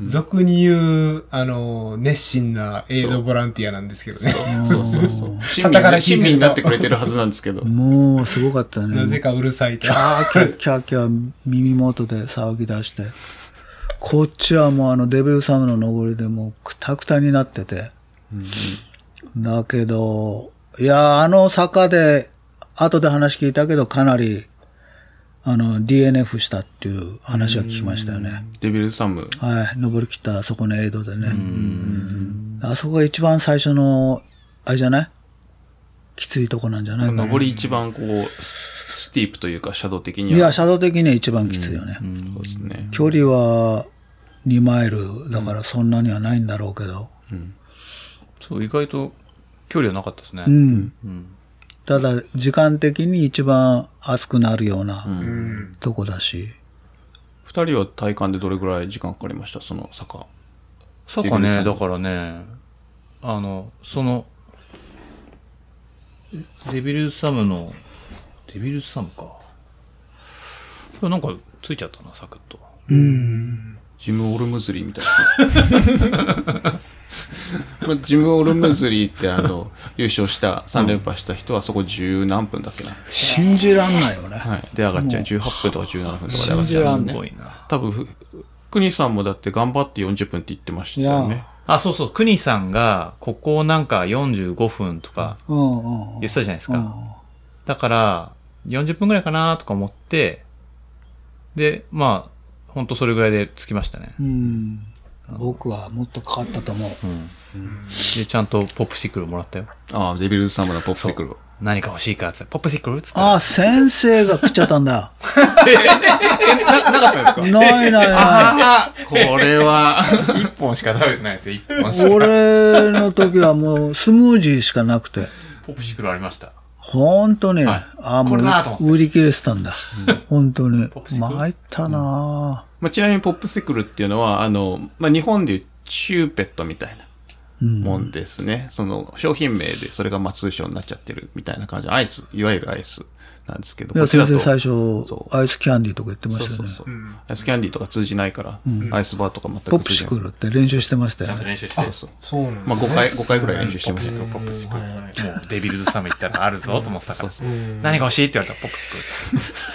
Speaker 3: 俗に言う、あの、熱心なエイドボランティアなんですけどね。
Speaker 2: そうそうそう。親
Speaker 3: 旗
Speaker 2: 身,、
Speaker 3: から聞いてると
Speaker 2: 親身になってくれてるはずなんですけど。
Speaker 4: もう、すごかった ね。
Speaker 3: なぜかうるさいと
Speaker 4: キ。ャーキャーキャーキャー耳元で騒ぎ出して、こっちはもうあのデビルサムの登りでもうくたくたになってて。だけど、いやー、あの坂で、後で話聞いたけど、かなり、あの、DNF したっていう話は聞きましたよね。
Speaker 2: デビルサム。
Speaker 4: はい。登りきったあそこのエイドでね。あそこが一番最初の、あれじゃないきついとこなんじゃないかな。
Speaker 2: 上り一番こう、ススティープというか、シャドウ的に
Speaker 4: い
Speaker 2: は。
Speaker 4: や、シャドウ的には一番きついよね。
Speaker 2: そうですね。
Speaker 4: 距離は2マイルだからそんなにはないんだろうけど、
Speaker 5: うそう、意外と距離はなかったですね。
Speaker 4: うんただ時間的に一番暑くなるようなとこだし、
Speaker 2: 二人は体感でどれぐらい時間かかりました、その坂。
Speaker 5: そっ
Speaker 2: デ
Speaker 5: か
Speaker 2: ビルさ
Speaker 5: ね、
Speaker 2: ん
Speaker 5: だからね、あの、その、デビルサムの、デビルサムか。なんか、ついちゃったな、サクッと。
Speaker 2: ジム・オルムズリーみたいですね。まあジム・オルムズリーってあの、優勝した、3連覇した人はそこ十何分だっけな。
Speaker 4: 信じらんないよね、
Speaker 2: はい。で上がっちゃう。18分とか17分とかで上がっち
Speaker 4: 信じ
Speaker 2: ゃう。
Speaker 4: らん
Speaker 5: す
Speaker 4: ない
Speaker 5: ごいな。
Speaker 2: 多分ふ、国さんもだって頑張って40分って言ってましたよ
Speaker 4: い
Speaker 2: ね
Speaker 4: や。
Speaker 5: あ、そうそう、クニさんが、ここなんか45分とか
Speaker 4: うんうんうん
Speaker 5: 言ってたじゃないですか。だから、40分ぐらいかなとか思って、で、まあ、ほんとそれぐらいで着きましたね。
Speaker 4: うん僕はもっとかかったと思う、
Speaker 5: で、ちゃんとポップシクルもらったよ。
Speaker 2: ああ、デビルズサムのポップシクルを。
Speaker 5: 何か欲しいかっつって、ポップシクルっつって。
Speaker 4: ああ先生が食っちゃった んだ
Speaker 2: な、なかったんですか
Speaker 4: ないないない
Speaker 2: これは、
Speaker 5: 一本しか食べてないですよ、一本。
Speaker 4: 俺の時はもうスムージーしかなくて
Speaker 5: ポップシクルありました。
Speaker 4: 本当に、
Speaker 5: はい
Speaker 4: ああも
Speaker 5: これだと思っ
Speaker 4: う売り切れてたんだ、本当に
Speaker 5: ポップシクル
Speaker 4: 参ったなあ、
Speaker 2: まあ、ちなみにポップシクルっていうのは、あの、まあ、日本でいうチューペットみたいなもんですね。その商品名でそれがまあ通称になっちゃってるみたいな感じ。アイス、いわゆるアイスなんですけど、
Speaker 4: い
Speaker 2: こ
Speaker 4: や、
Speaker 2: っちだ
Speaker 4: 先
Speaker 2: と
Speaker 4: 生最初
Speaker 2: そ、う
Speaker 4: アイスキャンディーとか言ってま
Speaker 2: そう
Speaker 4: した
Speaker 2: そ
Speaker 4: よ
Speaker 2: う
Speaker 4: ね。
Speaker 2: そう、アイスキャンディーとか通じないから、アイスバーとか全く通じな
Speaker 4: ポ
Speaker 2: い。
Speaker 4: ップシクールって練習してましたよね。
Speaker 5: 練習して。
Speaker 2: そうそう。
Speaker 3: そうなんです
Speaker 2: まあ5回、5回ぐらい練習してますけど、
Speaker 5: ポップスクール。もうデビルズサム行ったらあるぞと思ってたから。何が欲しいって言われたらポップス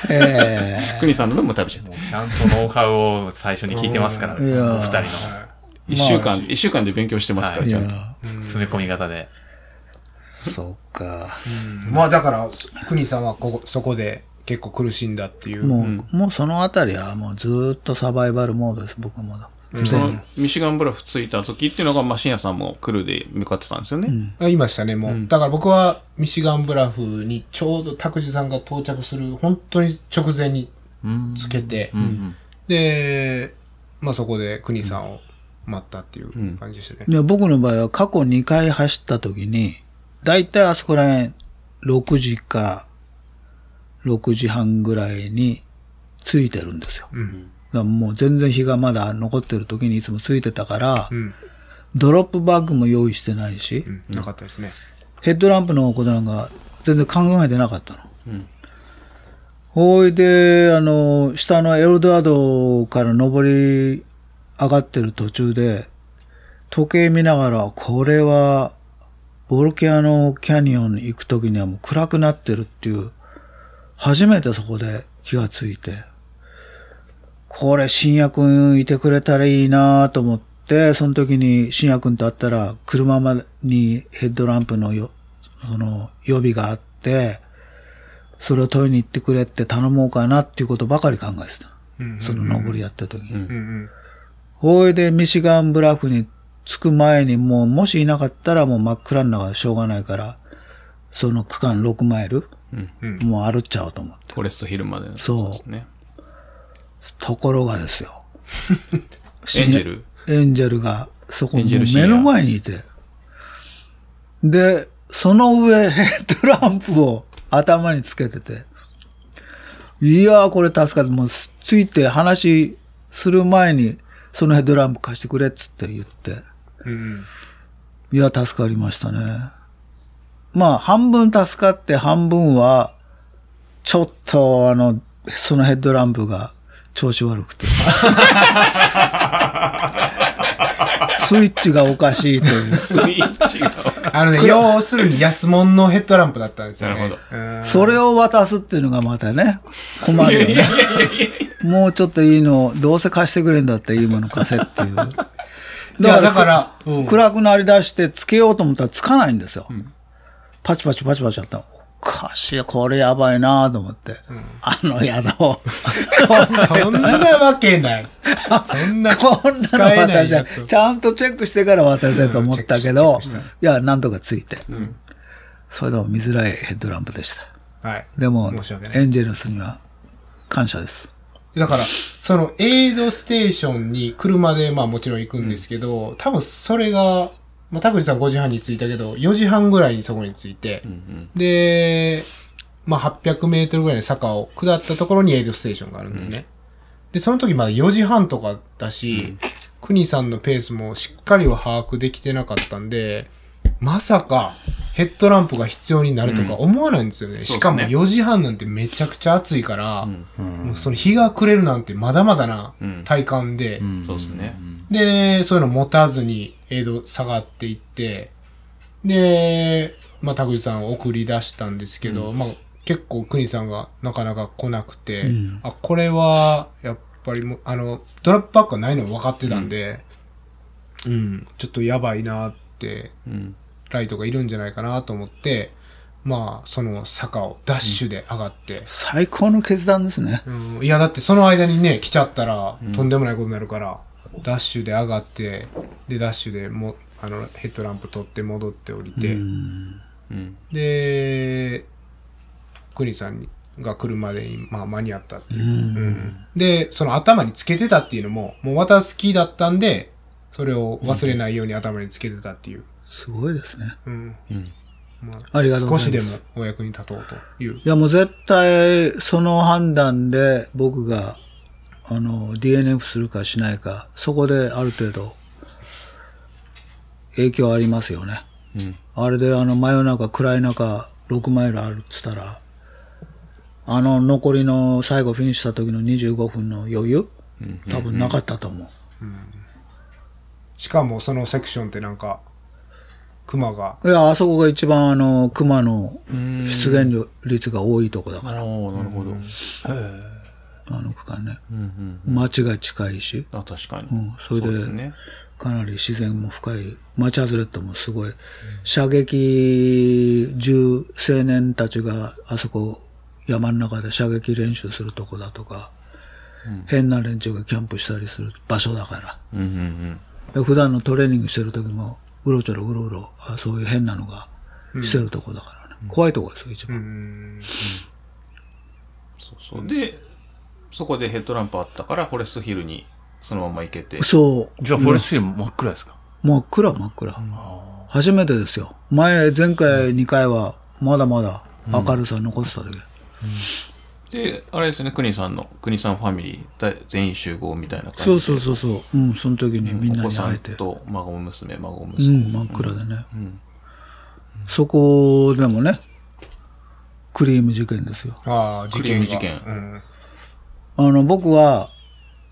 Speaker 5: クールっつっ
Speaker 4: え
Speaker 2: クニさんの分も食べちゃって
Speaker 5: て。もうちゃんとノウハウを最初に聞いてますから、お
Speaker 4: いや
Speaker 5: 二人の
Speaker 2: 1週間、一週間で勉強してますから、
Speaker 5: はい
Speaker 4: え。い
Speaker 2: ちゃんと。
Speaker 4: や、
Speaker 5: 詰め込み型で。
Speaker 4: そうか。
Speaker 3: まあだから、国さんはここそこで結構苦しんだっていう。
Speaker 4: もう、もうそのあたりはもうずーっとサバイバルモードです、僕はもう。す
Speaker 2: そ
Speaker 4: で
Speaker 2: の
Speaker 4: に。
Speaker 2: ミシガンブラフ着いた時っていうのが、まあ、深夜さんも来るで向かってたんですよね。
Speaker 3: あいましたね、もう、だから僕はミシガンブラフにちょうど拓司さんが到着する、本当に直前に
Speaker 5: うん
Speaker 3: つけて、
Speaker 5: うん
Speaker 3: で、まあそこで国さんを待ったっていう感じでしたね。
Speaker 4: いや僕の場合は過去2回走った時に、だいたいあそこら辺6時か6時半ぐらいに着いてるんですよ。だからもう全然日がまだ残ってる時にいつも着いてたから、
Speaker 3: ん
Speaker 4: ドロップバッグも用意してないし、
Speaker 3: うんなかったですね。
Speaker 4: ヘッドランプのことなんか全然考えてなかったの。ほいで、あの、下のエルドアドから上り上がってる途中で、時計見ながら、これは、ボルケアのキャニオンに行くときにはもう暗くなってるっていう、初めてそこで気がついて、これ、深夜くんいてくれたらいいなと思って、その時に深夜くんと会ったら、車までにヘッドランプのよ、その、予備があって、それを取りに行ってくれって頼もうかなっていうことばかり考えてた。その登りやった時に。ほいで、ミシガンブラフに着く前にもう、もしいなかったらもう真っ暗の中でしょうがないから、その区間6マイル、もう歩っちゃおうと思って。
Speaker 2: フォレストヒルまでの
Speaker 4: そう
Speaker 2: ですね。
Speaker 4: ところがです よ。
Speaker 2: エンジェル
Speaker 4: エンジェルが、そこ
Speaker 2: エンジェルシニア
Speaker 4: 目の前にいて。で、その上、 ヘッドランプを頭につけてて。いやー、これ助かって、もう、ついて話する前に、そのヘッドランプ貸してくれっつって言って。いや、助かりましたね。まあ、半分助かって、半分は、ちょっと、あの、そのヘッドランプが調子悪くて。スイッチがおかしいという。
Speaker 2: スイッチが。
Speaker 3: あのね、要するに安物のヘッドランプだったんですよ、ね。
Speaker 2: なるほ
Speaker 3: うん
Speaker 4: それを渡すっていうのがまたね、困るよね。もうちょっといいのを、どうせ貸してくれんだったらいいもの貸せっていう。だか
Speaker 3: いやだからうん
Speaker 4: 暗くなりだしてつけようと思ったらつかないんですよ。パチパチパチパチやったのおかしい、これやばいなと思って。あの宿を。
Speaker 3: そんなわけない。そんな
Speaker 4: こんなの
Speaker 3: 使えな
Speaker 4: 渡
Speaker 3: い
Speaker 4: じゃ
Speaker 3: や
Speaker 4: ん
Speaker 3: つを。
Speaker 4: ちゃんとチェックしてから渡せと思ったけど、いや、なんとかついて。それでも見づらいヘッドランプでした。
Speaker 3: はい。
Speaker 4: でも、
Speaker 3: 申し訳ない
Speaker 4: エンジェルスには感謝です。
Speaker 3: だから、そのエイドステーションに車でまあもちろん行くんですけど、多分それが、まあ、拓司さん5時半に着いたけど、4時半ぐらいにそこに着いて、で、まあ800メートルぐらいの坂を下ったところにエイドステーションがあるんですね。で、その時まだ4時半とかだし、クニさんのペースもしっかりは把握できてなかったんで、まさかヘッドランプが必要になるとか思わないんですよね。しかも4時半なんてめちゃくちゃ暑いから、もうその日が暮れるなんてまだまだな
Speaker 2: うん
Speaker 3: 体感で、
Speaker 2: そうですね。
Speaker 3: で、そういうの持たずに、えっと、下がっていって、で、まあ、拓司さんを送り出したんですけど、まあ、結構、国さんがなかなか来なくて、あ、これは、やっぱりもう、あの、ドラップバックがないの分かってたんで、うん、ちょっとやばいなって、
Speaker 2: うん。
Speaker 3: ライトがいるんじゃないかなと思って、まあ、その坂をダッシュで上がって、
Speaker 4: 最高の決断ですね。
Speaker 3: うんいや、だってその間にね、来ちゃったら、とんでもないことになるから、ダッシュで上がって、で、ダッシュでも、あの、ヘッドランプ取って戻って降りて、
Speaker 2: うん。
Speaker 3: で、クニさんが来るまでに、まあ、間に合ったっていう、うんで、その頭につけてたっていうのも、もう渡す気だったんで、それを忘れないように頭につけてたっていう。
Speaker 4: すごいですね。
Speaker 3: うんまあ
Speaker 4: ありがとうご
Speaker 3: 少
Speaker 4: ざい
Speaker 3: し
Speaker 4: ま。
Speaker 3: ですもお役に立とうという。
Speaker 4: いや、もう絶対、その判断で僕が、あの、DNF するかしないか、そこである程度、影響ありますよね。あれで、あの、真夜中、暗い中、6マイルあるっつったら、あの残りの最後フィニッシュした時の25分の余裕、多分なかったと思う。
Speaker 3: しかもそのセクションってなんか、熊が、
Speaker 4: いや、あそこが一番あの、熊の出現率が多いとこだか
Speaker 2: あーなるほど。
Speaker 4: ら、あの区間ね。
Speaker 2: うんうん
Speaker 4: 街が近いし、
Speaker 2: あ、確かに。
Speaker 4: うんそれで
Speaker 2: うですね。
Speaker 4: かなり自然も深い、街外れットもすごい、射撃中青年たちがあそこ山の中で射撃練習するとこだとか、変な連中がキャンプしたりする場所だから。
Speaker 2: うんうん
Speaker 4: で普段のトレーニングしてる時も、うろちょろうろうろ、あそういう変なのがしてるとこだからね。怖いとこですよ、一番。
Speaker 2: そうそう。で、そこでヘッドランプあったから、フォレストヒルにそのまま行けて。
Speaker 4: そう。
Speaker 5: じゃあ、フォレストヒル真っ暗ですか
Speaker 4: 真っ暗真っ暗、初めてですよ前前回2回はまだまだ明るさ残ってた時、
Speaker 2: で、あれですよね、国さんの、国さんファミリーだ全員集合みたいな感じで。
Speaker 4: そうそうそうそううんその時にみんな
Speaker 2: お子
Speaker 4: に
Speaker 2: さ
Speaker 4: 会え
Speaker 2: ん
Speaker 4: て
Speaker 2: と孫娘、孫
Speaker 4: う
Speaker 2: 娘。
Speaker 4: ん真っ暗でね、そこでもねクリーム事件ですよ
Speaker 3: ああ、事
Speaker 2: クリーム
Speaker 3: 件
Speaker 2: 事
Speaker 3: が。
Speaker 2: 件。
Speaker 3: うん。
Speaker 4: あの僕は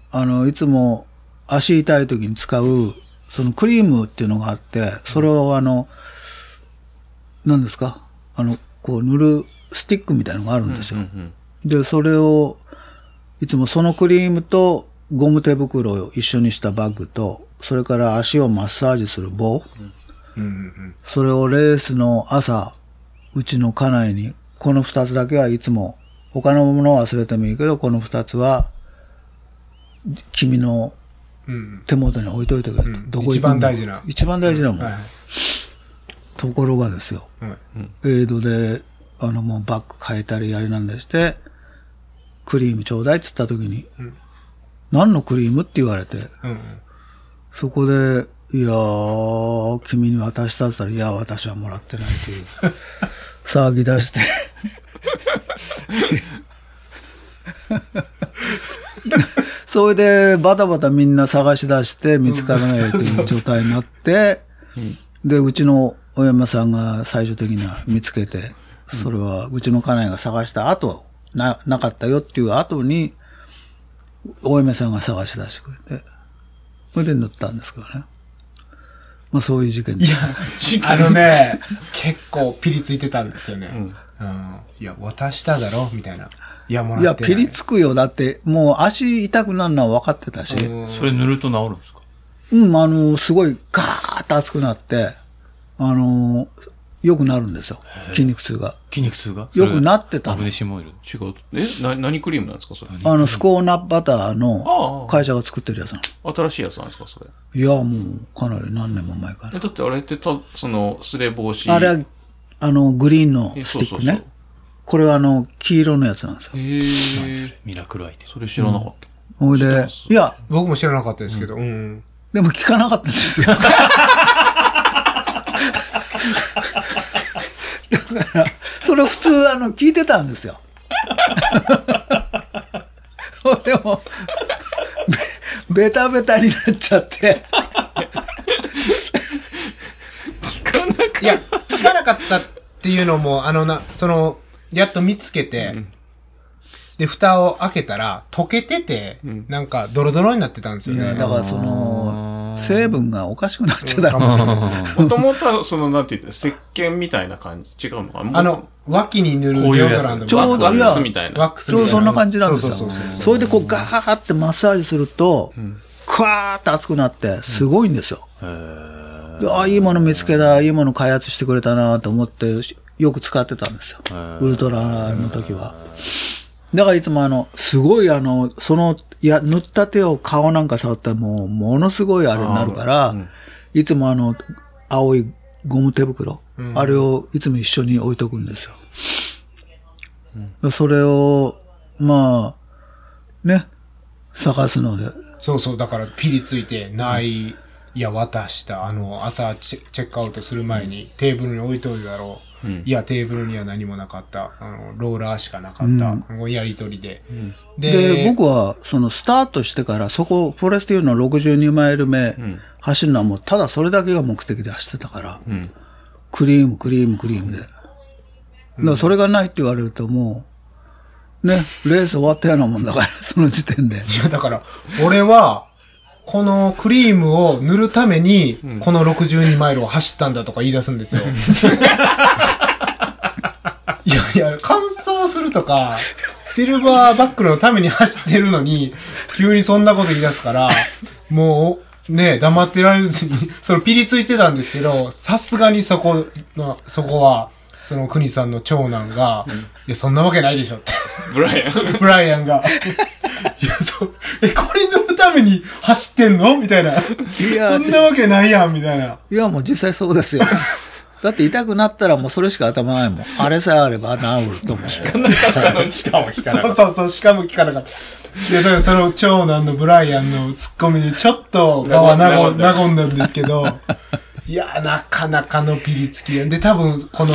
Speaker 4: あのいつも足痛い時に使うそのクリームっていうのがあってそれをあの何ですかあのこう塗るスティックみたいのがあるんです
Speaker 2: う
Speaker 4: よ、
Speaker 2: ん
Speaker 4: で、それを、いつもそのクリームとゴム手袋を一緒にしたバッグと、それから足をマッサージする棒、それをレースの朝、うちの家内に、この二つだけはいつも、他のものは忘れてもいいけど、この二つは、君の手元に置いといてくれと。どこ
Speaker 3: 一
Speaker 4: 行くの
Speaker 3: 番大事な
Speaker 4: 一番大事なもん。ところがですよ。エイドで、あの、もうバッグ変えたりやりなんだりして、クリームちょうだいって言った時に、何のクリームって言われて、そこで、いやー、君に渡したって言ったら、いや、私はもらってないという、騒ぎ出して。それで、バタバタみんな探し出して見つからないという状態になって、で、うちのお山さんが最終的には見つけて、それはうちの家内が探した後、な、なかったよっていう後に、お嫁さんが探し出してくれて、それで塗ったんですけどね。まあそういう事件でした。
Speaker 3: あのね、結構ピリついてたんですよね。うん。いや、渡しただろみたいな。いや、も
Speaker 4: い
Speaker 3: ら
Speaker 4: や、
Speaker 3: ってない。
Speaker 4: ピリつくよ。だって、もう足痛くなるのは分かってたし、
Speaker 5: それ塗ると治るんですか
Speaker 4: うん、あの、すごいガーッと熱くなって、あの、良くなるんですよ。筋肉痛が。
Speaker 5: 筋肉痛が
Speaker 4: よくなってた
Speaker 5: アブデシモイル。
Speaker 2: 違う。えな何クリームなんですかそれ。
Speaker 4: あの、スコーナバター
Speaker 2: あ
Speaker 4: の
Speaker 2: あ
Speaker 4: 会社が作ってるやつなの。
Speaker 2: 新しいやつなんですかそれ。
Speaker 4: いや、もう、かなり何年も前か
Speaker 2: え、
Speaker 4: ら。
Speaker 2: だってあれってた、その、すれ防止。
Speaker 4: あれは、あの、グリーンのス
Speaker 2: えそう
Speaker 4: ティック
Speaker 2: そうそ
Speaker 4: ね
Speaker 2: う。
Speaker 4: これはあの、黄色のやつなんですよ。
Speaker 2: へー
Speaker 5: ミラクルアイテム。
Speaker 2: それ知らなかった。
Speaker 4: ほいで、いや、
Speaker 3: 僕も知らなかったですけど、うん。
Speaker 4: でも聞かなかったんですよ。だ から、それ普通、あの、聞いてたんですよ。 でも、べベタベタになっちゃって。
Speaker 3: いや、聞かなかったっていうのも、あのな、その、やっと見つけて、で、蓋を開けたら、溶けてて、なんか、ドロドロになってたんですよ
Speaker 4: いや
Speaker 3: ね。
Speaker 4: だから、その、成分がおかしくなっちゃった
Speaker 3: かもしれないですね。
Speaker 2: もともとは、その、なんて言って、石鹸みたいな感じ、違うのかな
Speaker 3: あ、の、脇に塗るデ
Speaker 5: こうい
Speaker 3: オ
Speaker 5: うやつ
Speaker 3: ドラントみ
Speaker 2: ち
Speaker 3: た
Speaker 2: ょ
Speaker 3: いな
Speaker 2: うど、ワックス
Speaker 4: い
Speaker 2: みたいな
Speaker 3: ワッ。クスみ
Speaker 4: やちょう
Speaker 3: たいな。
Speaker 4: どそんな感じなんですよ。
Speaker 3: そうそうそうそう
Speaker 4: それでこうガーってマッサージすると、クワーって熱くなって、すごいんですよ。でああ、いいもの見つけた、いいもの開発してくれたなと思って、しよく使ってたんですよ。ウルトラの時は。だからいつもあの、すごいあの、その、いや、塗った手を顔なんか触ったらもう、ものすごいあれになるから、いつもあの、青いゴム手袋、あれをいつも一緒に置いとくんですよ。それを、まあ、ね、探すので。
Speaker 3: そうそう、だからピリついてない、いや、渡した、あの、朝チェチェックアウトする前にテーブルに置いといただろう。いや、テーブルには何もなかった。あの、ローラーしかなかった。こうやりとりで。
Speaker 4: で、僕は、そのスタートしてから、そこ、フォレストユーの62マイル目、走るのはもう、ただそれだけが目的で走ってたから、
Speaker 2: ん
Speaker 4: クリーム、クリーム、クリームで。だからそれがないって言われると、もう、ね、レース終わったようなもんだから、 その時点で。
Speaker 3: いや、 だから、俺は、このクリームを塗るために、この62マイルを走ったんだとか言い出すんですよ。いやいや、乾燥するとか、シルバーバックのために走ってるのに、急にそんなこと言い出すから、もう、ね、黙ってられずに、そのピリついてたんですけど、さすがにそこの、そこは、その国さんの長男が、いや、そんなわけないでしょって。
Speaker 2: ブライアン。
Speaker 3: ブライアンが。いや、そう、え、これ乗るために走ってんのみたいな。
Speaker 4: い
Speaker 3: そ
Speaker 4: や、
Speaker 3: んなわけないやん、みたいな。
Speaker 4: いやもう実際そうですよ。だって痛くなったらもうそれしか頭ないもん。あれさえあれば治ると思う。
Speaker 2: しかも聞かな
Speaker 3: そ
Speaker 2: か
Speaker 3: う
Speaker 2: っ
Speaker 3: そうそう、しかも聞かなかった。いや、だからその長男のブライアンのツッコミでちょっと場は和ん和んだんですけど、いや、なかなかのピリつきで。で、多分、この、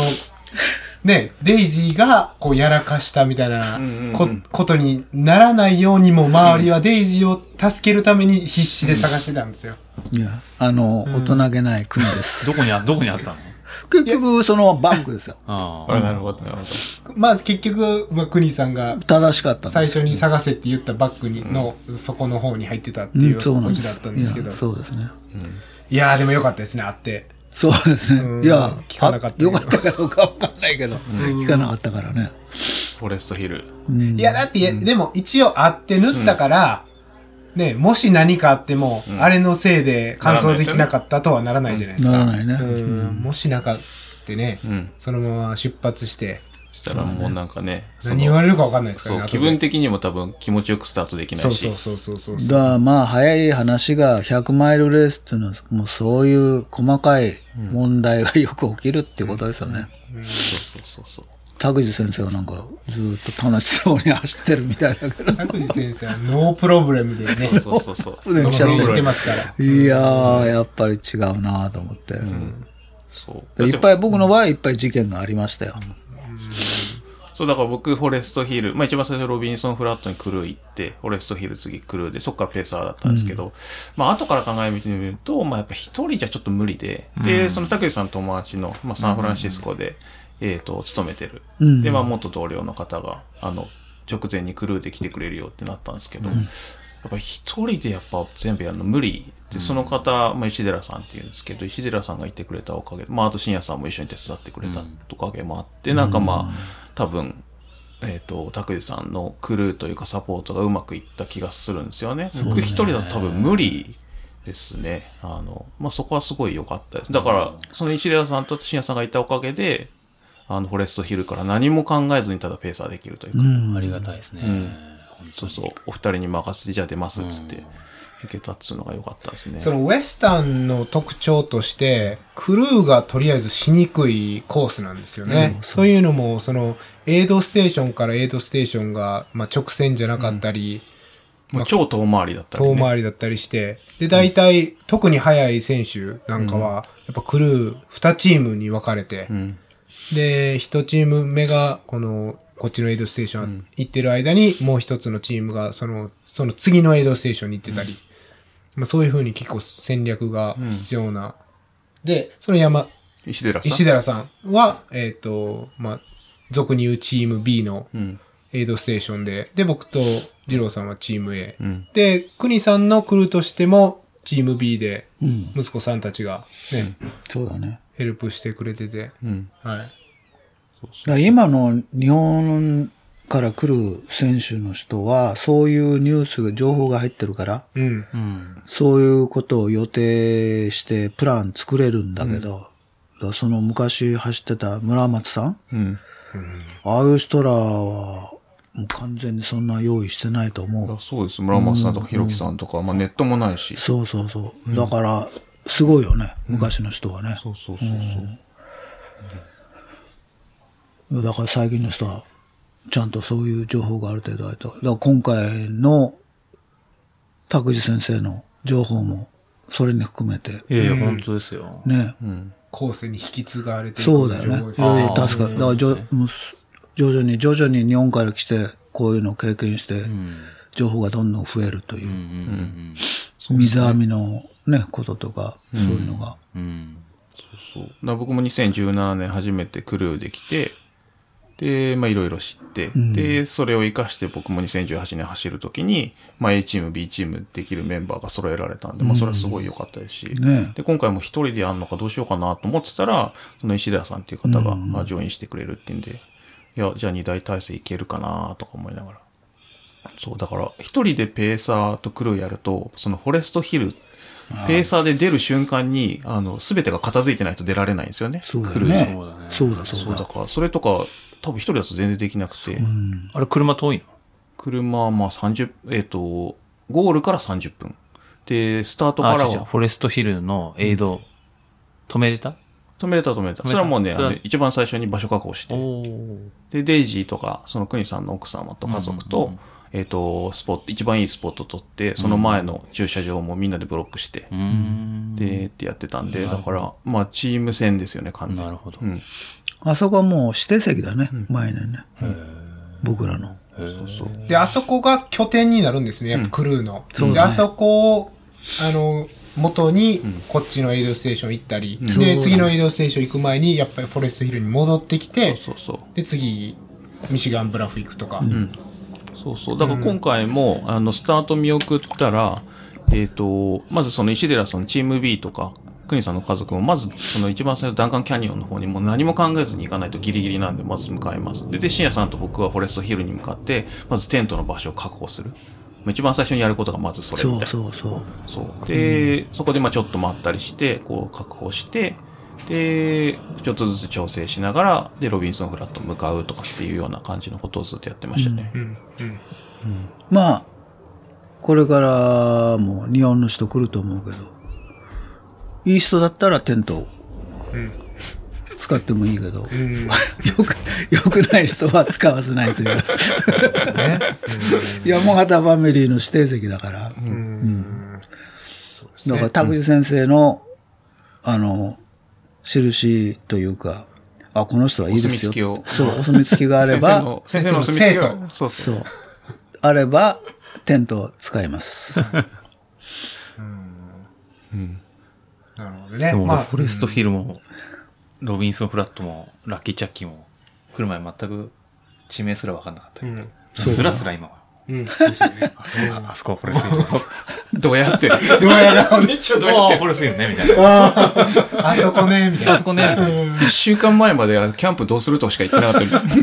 Speaker 3: ね、デイジーがこうやらかしたみたいなこ,、ことにならないようにも周りはデイジーを助けるために必死で探してたんですよ。
Speaker 4: いや、あの、大人げない国です。
Speaker 5: どこにあ、どこにあったの
Speaker 4: 結局、そのバンクですよ。
Speaker 5: あ
Speaker 2: た。あなるほど、なるほど。
Speaker 3: まあ結局、まあ、クニさんが
Speaker 4: 正しかったん
Speaker 3: 最
Speaker 4: です。
Speaker 3: 初に探せって言ったバッグにの、そこの方に入ってたって
Speaker 4: う、
Speaker 3: いうん
Speaker 4: そうなん
Speaker 3: オ
Speaker 4: で
Speaker 3: チだっ
Speaker 4: す
Speaker 3: たんですけ
Speaker 4: い
Speaker 3: ど。
Speaker 4: やそうですね。
Speaker 3: いやーでもよかったですね、あって。
Speaker 4: そうです
Speaker 3: うん
Speaker 4: ね。いや、
Speaker 3: 聞かなかったけ
Speaker 4: よ
Speaker 3: ど
Speaker 4: かったかどうかわかんないけど、聞かなかったからね。
Speaker 2: フォレストヒル。
Speaker 4: うん
Speaker 3: いや、だって、いやでも一応あって塗ったから、ね、もし何かあっても、あれのせいで乾燥できなかったとはならないじゃないです
Speaker 4: な
Speaker 3: か。
Speaker 4: らないね。
Speaker 3: うんもしなかったね、
Speaker 2: ん
Speaker 3: そのまま出発して、
Speaker 2: したらもうなんかね、そ
Speaker 3: 何言わ
Speaker 2: の
Speaker 3: れるかわかんないですから
Speaker 2: そ
Speaker 3: ね。
Speaker 2: う
Speaker 3: 後
Speaker 2: 気
Speaker 3: で
Speaker 2: 分的にも多分気持ちよくスタートできな
Speaker 3: そ
Speaker 2: いうし
Speaker 3: そう、そうそうそうそう。
Speaker 4: だからまあ早い話が100マイルレースっていうのはもうそういう細かい問題がよく起きるっていうことですよね。
Speaker 2: そうそうそう
Speaker 4: 田口先生はなんかずっと楽しそうに走ってるみたい だけど。
Speaker 3: 田口先生はノープロブレムでね、
Speaker 2: そうそうそうそう。
Speaker 4: 腕
Speaker 3: ノ
Speaker 4: 見
Speaker 3: ー
Speaker 4: ち
Speaker 3: プ
Speaker 4: ゃ
Speaker 3: ロ
Speaker 4: っ
Speaker 3: ブレム言
Speaker 4: て
Speaker 3: って
Speaker 4: る。
Speaker 3: ますから。
Speaker 4: いやー、やっぱり違うなと思って。
Speaker 2: そう
Speaker 4: でいっぱい僕の場合いっぱい事件がありましたよ。
Speaker 2: そう、だから僕、フォレストヒル、まあ一番最初ロビンソンフラットにクルー行って、フォレストヒル次クルーで、そっからペーサーだったんですけど、まあ後から考えてみると、まあやっぱ一人じゃちょっと無理で、で、その竹内さんの友達の、まあサンフランシスコで、えっ、と、勤めてる。
Speaker 4: うん
Speaker 2: で、まあ元同僚の方が、あの、直前にクルーで来てくれるよってなったんですけど、やっぱ一人でやっぱ全部やるの無理で、その方、まあ、石寺さんっていうんですけど、石寺さんがいてくれたおかげで、まあ、あと深夜さんも一緒に手伝ってくれたおかげもあって、なんかまあ、多分、えっ、と、拓司さんのクルーというかサポートがうまくいった気がするんですよね。僕一人だと多分無理ですね。あの、まあ、そこはすごい良かったです。だから、その石寺さんと深夜さんがいたおかげで、あの、フォレストヒルから何も考えずにただペーサーできるというか、
Speaker 5: あ。ありがたいですね。
Speaker 2: ん
Speaker 5: 本当
Speaker 2: そう
Speaker 5: に
Speaker 2: そう、お二人に任せて、じゃあ出ますっつって、いけたっつうのが良かったですね。
Speaker 3: そのウエスタンの特徴として、クルーがとりあえずしにくいコースなんですよね。そういうのも、その、エイドステーションからエイドステーションが、まあ、直線じゃなかったり、
Speaker 2: もう超遠回りだったり、ね。
Speaker 3: 遠回りだったりして、で、大体、特に速い選手なんかは、やっぱクルー2チームに分かれて、
Speaker 2: ん
Speaker 3: で、1チーム目が、この、こっちのエイドステーション行ってる間に、もう一つのチームが、その、その次のエイドステーションに行ってたり、まあ、そういうふうに結構戦略が必要な。で、その山、
Speaker 2: 石寺さん。
Speaker 3: 石寺さんは、えっ、と、まあ、俗に言うチーム B の
Speaker 2: うん。
Speaker 3: エイドステーションで、で、僕と二郎さんはチーム A。
Speaker 2: うん。
Speaker 3: で、国さんのクルーとしても、チーム B で、息子さんたちがね、
Speaker 4: そうだね。
Speaker 3: ヘルプしてくれてて、
Speaker 2: うん。
Speaker 3: はい。
Speaker 4: だから今の日本から来る選手の人は、そういうニュース、情報が入ってるから、
Speaker 3: うん。
Speaker 4: そういうことを予定してプラン作れるんだけど、だからその昔走ってた村松さん、
Speaker 2: うん。
Speaker 4: ああいう人らは、もう完全にそんな用意してないと思
Speaker 2: あ
Speaker 4: う。
Speaker 2: そうです。村松さんとか、ひろきさんとか、まあネットもないし。
Speaker 4: そうそうそう。だから、すごいよね、昔の人はね。
Speaker 2: そうそうそうそう。
Speaker 4: だから最近の人は、ちゃんとそういう情報がある程度あると。だから今回の、拓司先生の情報も、それに含めて、
Speaker 5: いやいや、本当ですよ。
Speaker 4: ね、
Speaker 3: 後世に引き継がれていく
Speaker 4: そうだよね。い
Speaker 3: 情報です
Speaker 4: ろいろ確か、だからじょもうす徐々に徐々に日本から来て、こういうのを経験して、情報がどんどん増えるという、水網のね、こととか、そういうのが。
Speaker 5: うん。
Speaker 2: そうだから僕も2017年初めてクルーで来て、で、まあ、いろいろ知って、で、それを活かして僕も2018年走るときに、まあ、A チーム、B チームできるメンバーが揃えられたんで、まあ、それはすごい良かったですし、
Speaker 4: ね
Speaker 2: で、今回も一人でやるのかどうしようかなと思ってたら、その石田さんっていう方が、まあ、ジョインしてくれるっていうんで、いや、じゃあ二大体制いけるかなとか思いながら。そう、だから、一人でペーサーとクルーやると、そのフォレストヒル、ペーサーで出る瞬間に、あの、すべてが片付いてないと出られないんですよね。
Speaker 4: そうだ
Speaker 2: クルー
Speaker 4: ね
Speaker 5: そうだね。
Speaker 4: そうだそう
Speaker 2: そうだ
Speaker 4: だ。
Speaker 2: から、それとか、多分一人だと全然できなくて、
Speaker 5: あれ、車遠いの
Speaker 2: 車はまあ30、えっ、と、ゴールから30分。で、スタートか
Speaker 5: あ、
Speaker 2: ら
Speaker 5: 違う違う。
Speaker 2: は、
Speaker 5: フォレストヒルのエイド、止めれた
Speaker 2: 止めれた止めれた。
Speaker 5: めた
Speaker 2: それはもうね、
Speaker 5: そ
Speaker 2: あ
Speaker 5: れは
Speaker 2: の一番最初に場所確保して、
Speaker 5: おー
Speaker 2: で、デイジーとか、その国さんの奥様と家族と、えっ、と、スポット、一番いいスポット取って、その前の駐車場もみんなでブロックして、
Speaker 5: うーん。
Speaker 2: で、ってやってたんで、だから、まあ、チーム戦ですよね、完全に
Speaker 5: なるほど
Speaker 2: う。ん。
Speaker 4: あそこはもう指定席だね。前年ね。僕らの。
Speaker 2: そうそう。
Speaker 3: で、あそこが拠点になるんですね、やっぱクルーの。
Speaker 4: う
Speaker 3: で、
Speaker 4: だ
Speaker 3: あ
Speaker 4: ね
Speaker 3: そこを、あの、元に、こっちのエイドステーション行ったり、
Speaker 4: そうだ
Speaker 3: で、
Speaker 4: ね
Speaker 3: 次のエイドステーション行く前に、やっぱりフォレストヒルに戻ってきて、
Speaker 2: そうそう。
Speaker 3: で、次、ミシガンブラフ行くとか。
Speaker 2: そうそう。だから今回も、あの、スタート見送ったら、えっ、と、まずその石寺さんのチーム B とか、国さんの家族も、まずその一番最初、ダンカンキャニオンの方にもう何も考えずに行かないとギリギリなんで、まず向かいます。で、で、深夜さんと僕はフォレストヒルに向かって、まずテントの場所を確保する。まあ一番最初にやることがまずそれみたい
Speaker 4: そ
Speaker 2: な
Speaker 4: う。そうそう。
Speaker 2: そう。で、そこでまあちょっと待ったりして、こう確保して、で、ちょっとずつ調整しながら、で、ロビンソンフラット向かうとかっていうような感じのことをずっとやってましたね。
Speaker 4: まあ、これからも日本の人来ると思うけど、いい人だったらテントを使ってもいいけど、 よく、よくない人は使わせないという。山形ファミリーの指定席だから。うんだから、田口先生の、あの、印というか、あ、この人はいいですよ。
Speaker 2: お墨付きを
Speaker 4: そう、お墨付きがあれ
Speaker 2: 先生
Speaker 4: ば、
Speaker 2: の、先生の住み
Speaker 3: 生
Speaker 2: が、そうそう。
Speaker 4: そう。あれば、テントを使 います。
Speaker 3: なるほどね。
Speaker 5: でも
Speaker 3: ま
Speaker 5: 俺、
Speaker 3: あ、
Speaker 5: フォレストヒルも、ロビンソンフラットも、ラッキーチャッキーも、来る前全く地名すら分かんなかったけど、すらすら今は。
Speaker 3: うん。
Speaker 5: あそこだ、あそこはフォレストヒル だ。
Speaker 2: どうやって る
Speaker 3: どうやら、
Speaker 2: めっちゃどうや
Speaker 5: あ
Speaker 2: っ
Speaker 5: あ、
Speaker 2: て
Speaker 5: フ
Speaker 2: る
Speaker 5: ォレストヒルね、みたいな。
Speaker 3: あそこね、みたいな。
Speaker 5: あそこね、みたいな
Speaker 2: 一週間前までキャンプどうするとしか言ってなかったけど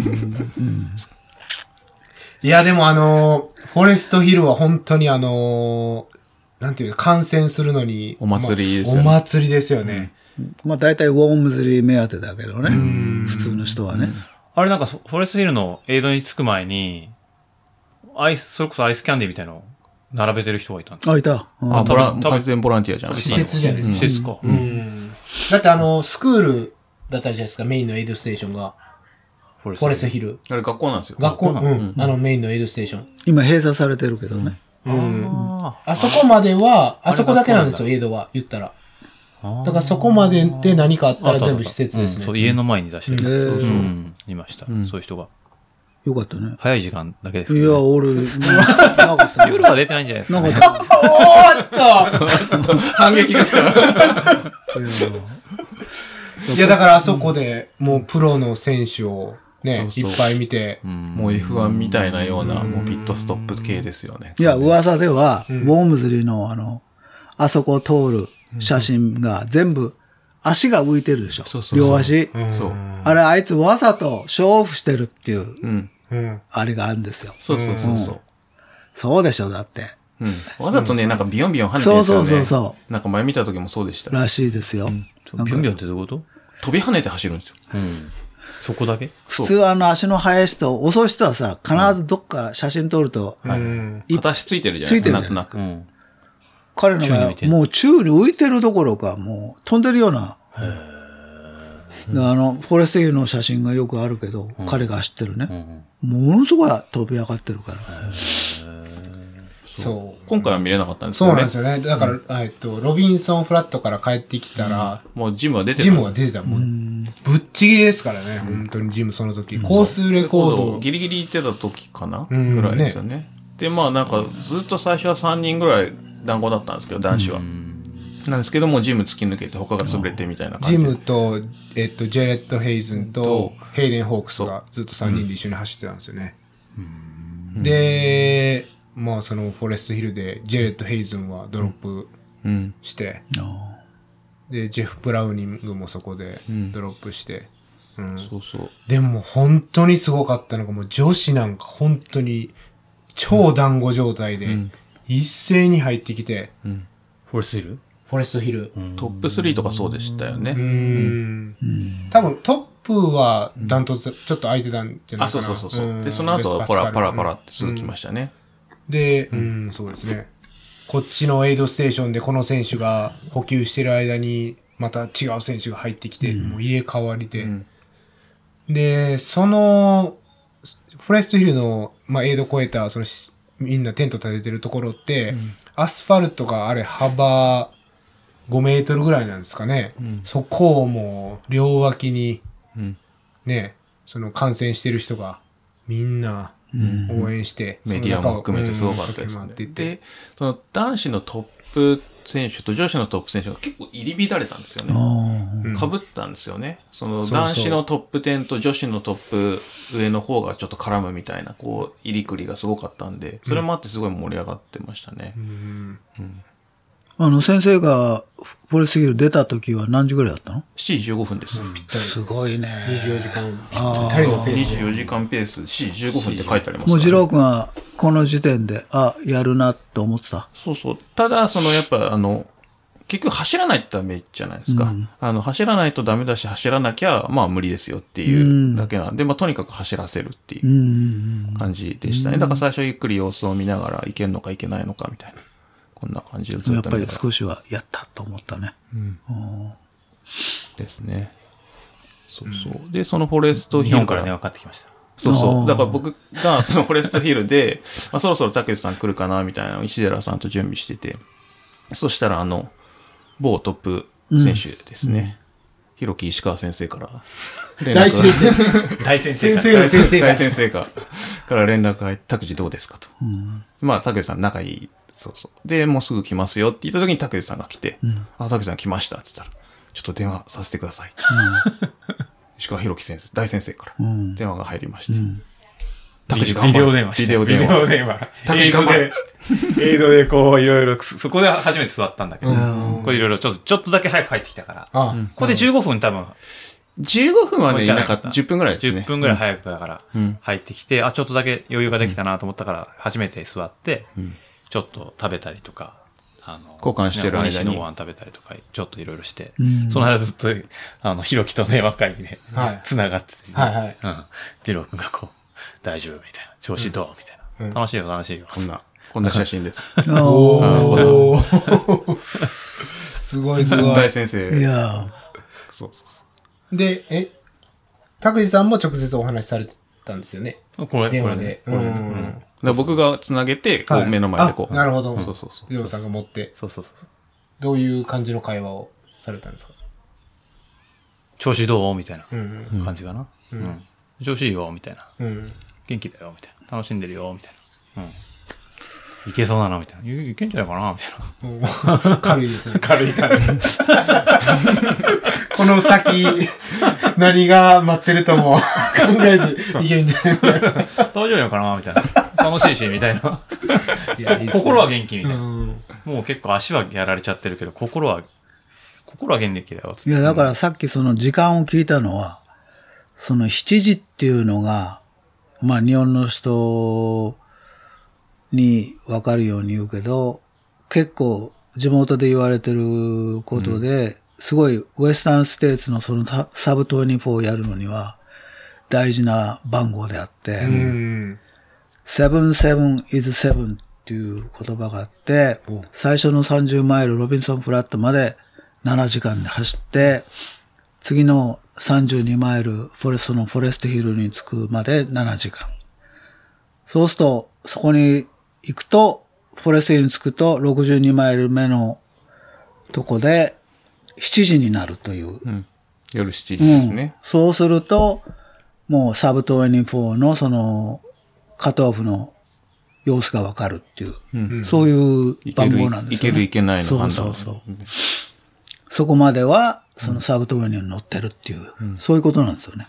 Speaker 3: いや、でもあのーフォレストヒルは本当にあのーなんていうの、感染するのに。
Speaker 2: お祭りですよね
Speaker 3: まあお祭りですよね。
Speaker 4: まあ大体ウォームズリー目当てだけどね。普通の人はね。
Speaker 5: あれなんかフォレストヒルのエイドに着く前に、アイス、それこそアイスキャンディーみたいなのを並べてる人がいたんだ。
Speaker 4: あ、いた。うん
Speaker 2: あ、ボラ
Speaker 5: 多
Speaker 2: ン、
Speaker 5: 分多分
Speaker 2: 完全ボランティアじゃん。
Speaker 3: 施設じゃないです
Speaker 5: 施
Speaker 3: か。
Speaker 5: 設か。
Speaker 3: うんだってあのースクールだったじゃないですか、メインのエイドステーションが。
Speaker 5: フ
Speaker 3: フォレスト
Speaker 5: ヒ
Speaker 3: ヒル。
Speaker 2: あれ学校なんですよ。
Speaker 3: 学校、
Speaker 5: な
Speaker 3: う
Speaker 5: の
Speaker 3: ん、あのメインのエイドステーション。
Speaker 4: 今閉鎖されてるけどね。
Speaker 3: うん。
Speaker 5: ル。あ
Speaker 3: あそこまでは、あそこだけなんです
Speaker 5: あ
Speaker 3: よ、エイドは、言ったら。
Speaker 5: あ
Speaker 3: だからそこまでで何かあったら全部施設です
Speaker 5: うん
Speaker 3: ね
Speaker 5: そう、。家の前に出して
Speaker 4: え
Speaker 5: る。う
Speaker 4: ー
Speaker 5: ん、いました。そういう人が。
Speaker 4: よかったね。
Speaker 5: 早い時間だけです
Speaker 4: い
Speaker 5: け
Speaker 4: や、
Speaker 5: どね。
Speaker 4: 俺、なか ったね。
Speaker 5: 夜は出てないんじゃないです
Speaker 4: な
Speaker 5: か
Speaker 4: か
Speaker 5: ね。
Speaker 4: った。
Speaker 2: 反撃が来た。
Speaker 3: いや、だからあそこでもうプロの選手をね、
Speaker 2: そうそう
Speaker 3: いっぱい見て。
Speaker 2: もう F1 みたいなような、もうピットストップ系ですよね。
Speaker 4: いや、噂では、ウォームズリーのあの、あそこを通る写真が全部、足が浮いてるでしょ
Speaker 2: そう。そうそう
Speaker 4: 両足。
Speaker 2: そう。
Speaker 4: あれ、あいつわざとショーオフしてるっていう、
Speaker 2: うん。
Speaker 3: うん。
Speaker 4: あれがあるんですよ。
Speaker 2: そうそうそうそう。
Speaker 4: そうでしょ、だって。
Speaker 2: うん、わざとね、なんかビヨンビヨン跳ねてるんですよね。
Speaker 4: そうそうそうそ
Speaker 2: なんか前見た時もそうでした。
Speaker 4: らしいですよ。なん
Speaker 5: ビ
Speaker 4: か
Speaker 5: ョンビョンってどういうこと
Speaker 2: 飛び跳ねて走るんですよ。
Speaker 5: うん。そこだけ
Speaker 4: 普通あの足の速い人、遅い人はさ、必ずどっか写真撮ると、
Speaker 3: うん
Speaker 2: 片足ついてるじゃないですか、
Speaker 4: ついてる
Speaker 2: なんと
Speaker 5: う
Speaker 2: なく。
Speaker 5: ん。
Speaker 4: 彼の場合は
Speaker 5: 宙に浮
Speaker 4: い
Speaker 5: てる
Speaker 4: もう宙に浮いてるどころか、もう飛んでるような。であの、フォレストヒルの写真がよくあるけど、彼が走ってるね。ものすごい飛び上がってるから。
Speaker 3: そう。
Speaker 2: 今回は見れなかったんですけ
Speaker 3: そう
Speaker 2: ど
Speaker 3: なん
Speaker 2: ね
Speaker 3: です。よね。だから、えっと、ロビンソンフラットから帰ってきたら、
Speaker 2: もうジムは出て
Speaker 3: ジ
Speaker 2: た
Speaker 3: ムが出てたもん。ぶっちぎりですからね、本当にジムその時。コースレコードを
Speaker 2: ギリギリ行ってた時かな、
Speaker 3: ん
Speaker 2: ぐらいですよねでまあなんかずっと最初は3人ぐらい団子だったんですけど男子は、なんですけども、ジム突き抜けて、他が潰れてみたいな感
Speaker 3: ジ
Speaker 2: じ。
Speaker 3: ムと、えっと、ジェレット・ヘイズンと
Speaker 2: と
Speaker 3: ヘイデン・ホークスがずっと3人で一緒に走ってたんですよね。で、まあそのフォレストヒルでジェレット・ヘイズンはドロップ
Speaker 2: うん。
Speaker 3: して、
Speaker 4: あ
Speaker 3: で、ジェフ・ブラウニングもそこでドロップして、うん
Speaker 2: そうそう。
Speaker 3: でも本当にすごかったのがもう女子なんか本当に超団子状態で一斉に入ってきて、
Speaker 5: フォレスヒル
Speaker 3: フォレストヒル。う
Speaker 2: トップ3とかそうでしたよ
Speaker 3: ー
Speaker 2: ね。
Speaker 3: ん。多分トップはダントツちょっと空いてたんじゃな
Speaker 2: あ、
Speaker 3: いか
Speaker 2: そう
Speaker 3: な。
Speaker 2: そうそうそう。
Speaker 3: ん
Speaker 2: で、その後はパラパラパラってすぐ来ま
Speaker 3: し
Speaker 2: したね。
Speaker 3: た。で、うん、そうですね。こっちのエイドステーションでこの選手が補給してる間にまた違う選手が入ってきて、もう入れ替わりで。
Speaker 2: ん
Speaker 3: で、その、フォレストヒルの、まあ、エイド超えた、そのし、みんなテント立ててるところって、アスファルトがあれ幅5メートルぐらいなんですかね。そこをもう両脇に、
Speaker 2: うん
Speaker 3: ね、その感染してる人がみんな応援して、
Speaker 2: メディアも含めてすごかったです
Speaker 3: その中をうん
Speaker 2: ね。
Speaker 3: 駆け回っていって
Speaker 2: で、その男子のトップ選手と女子のトップ選手が結構入り乱れたんですよね。
Speaker 4: あ
Speaker 3: うん
Speaker 2: かぶったんですよね。その
Speaker 3: そう
Speaker 2: 男子のトップ10と女子のトップ上の方がちょっと絡むみたいな、こう、入りくりがすごかったんで、それもあってすごい盛り上がってましたね。
Speaker 3: うん
Speaker 4: あの先生がフォレストヒル出た時は何時ぐらいだったの
Speaker 2: 7時15分です。
Speaker 4: すごいね
Speaker 3: 24時間
Speaker 4: あ
Speaker 3: ぴったりのペースで。
Speaker 2: 24時間ペース、7時15分って書いてありますからね
Speaker 4: もう二郎君はこの時点であやるなと思ってた
Speaker 2: そうそう。ただ、そのやっぱ、あの、結局走らないってダメじゃないですか。あの、走らないとダメだし、走らなきゃ、まあ無理ですよっていうだけなんで、まあとにかく走らせるっていう
Speaker 4: うんうんうん
Speaker 2: 感じでしたね。だから最初ゆっくり様子を見ながら、いけんのかいけないのかみたいな。こんな感じでず
Speaker 4: や
Speaker 2: っ
Speaker 4: っ
Speaker 2: と
Speaker 4: ぱ
Speaker 2: 見
Speaker 4: り
Speaker 2: てた
Speaker 4: 少しはやったと思ったね
Speaker 2: ですね。そうそう。で、そのフォレストヒ
Speaker 5: 日
Speaker 2: ル
Speaker 5: 本からね、分かってきました。
Speaker 2: そう
Speaker 4: あ
Speaker 2: そ
Speaker 4: ー
Speaker 2: う。だから僕がそのフォレストヒルで、 まあ、そろそろ竹内さん来るかな、みたいなのを石寺さんと準備してて、そしたらあの、某トップ選手ですね。ひろき石川先生から連絡が。
Speaker 3: 大先生。
Speaker 5: 大先生
Speaker 3: 先
Speaker 5: が
Speaker 3: 生の先生
Speaker 2: 大
Speaker 3: が。
Speaker 2: 先生が、から連絡が、拓司どうですかと。まあ、拓司さん仲いい。そうそう。で、もうすぐ来ますよって言った時に拓司さんが来て、あ、拓司さん来ましたって言ったら、ちょっと電話させてください。石川博樹先生、大先生から
Speaker 4: ん
Speaker 2: 電話が入りまして。拓司頑張れ
Speaker 5: ビデオ電話して。
Speaker 2: ビデオ電
Speaker 5: ビデオ
Speaker 2: 話。
Speaker 5: 電話。
Speaker 2: 拓司
Speaker 5: 英
Speaker 2: 頑
Speaker 5: 語
Speaker 2: 張れっ
Speaker 5: で、英語でこういろいろ、そこで初めて座ったんだけど、ここでいろいろちょっと、ちょっとだけ早く帰ってきたから、こ
Speaker 3: あ、
Speaker 5: こで15分多分、
Speaker 2: 15分はね、い
Speaker 5: もう
Speaker 2: な
Speaker 5: 行か
Speaker 2: か
Speaker 5: な
Speaker 2: った。
Speaker 5: かった
Speaker 2: 10分ぐらいですね。
Speaker 5: 10分ぐらい早くだから
Speaker 2: ん、
Speaker 5: 入ってきて、あ、ちょっとだけ余裕ができたなと思ったから、初めて座って、ちょっと食べたりとか、あの
Speaker 2: 交換してる間に
Speaker 5: お西のご飯食べたりとか、ちょっといろいろして、その間ずっと、あの、ひろきとね、若いで
Speaker 3: はい、
Speaker 5: つながってて、
Speaker 3: はいはい
Speaker 5: うん。ジロー君がこう、大丈夫みたいな、調子どうみたいな、
Speaker 3: うん
Speaker 5: 楽しいよ、楽しいよ。
Speaker 2: こんな、こんな写真です。
Speaker 4: お
Speaker 3: おーすごいすごい
Speaker 2: 大。先生。
Speaker 4: いやー
Speaker 2: そうそうそ
Speaker 3: で、え、拓司さんも直接お話しされてたんですよね。
Speaker 5: これ、
Speaker 3: 電
Speaker 5: こ
Speaker 3: 話
Speaker 5: れ
Speaker 3: で
Speaker 5: ね。。
Speaker 3: う
Speaker 5: これね
Speaker 3: ん
Speaker 2: うだから僕がつなげて、こ
Speaker 3: は
Speaker 2: う
Speaker 3: い
Speaker 2: 目の前でこう。
Speaker 3: あなるほど。
Speaker 2: そうそうそう。
Speaker 3: りょうさんが持って、
Speaker 5: そうそうそう。
Speaker 3: どういう感じの会話をされたんですか
Speaker 5: 調子どうみたいな
Speaker 3: うん
Speaker 5: 感じかな。うん。調子いいよ、みたいな。
Speaker 3: うん。 うん。
Speaker 5: 元気だよ、みたいな。楽しんでるよ、みたいな。うん。いけそうだな、みたいな。いいけんじゃないかな、みたいな。
Speaker 3: 軽いですね。
Speaker 5: 軽い感じ。
Speaker 3: この先、 何が待ってるとも考えず、いけんじゃないみたいな。
Speaker 5: 大丈夫かな、みたいな。楽しいし、みたいな。
Speaker 3: いやいいですね
Speaker 5: 心は元気、みたいうな。
Speaker 3: ん
Speaker 5: もう結構足はやられちゃってるけど、心は、心は元気だよ、つ
Speaker 4: い
Speaker 5: って。
Speaker 4: や、だからさっきその時間を聞いたのは、その7時っていうのが、まあ日本の人にわかるように言うけど、結構地元で言われてることで、すごいウエスタンステーツのそのササブ24をやるのには大事な番号であって、
Speaker 3: うん。
Speaker 4: 77 is 7っていう言葉があって、最初の30マイルロビンソンフラットまで7時間で走って、次の32マイルフォレストのフォレストヒルに着くまで7時間。そうすると、そこに行くと、フォレストヒルに着くと62マイル目のとこで7時になるという
Speaker 2: うん。夜7時ですね。
Speaker 4: うん、そうすると、もうサブ24のその、カットオフの様子がわかるっていう、そういう
Speaker 2: いけ
Speaker 4: 番
Speaker 2: る
Speaker 4: 号なんですよ、ね、
Speaker 2: いけるいけないの
Speaker 4: そう
Speaker 2: 判断
Speaker 4: そうそう。そこまでは、そのサブトレーニングに乗ってるっていう、そういうことなんですよね。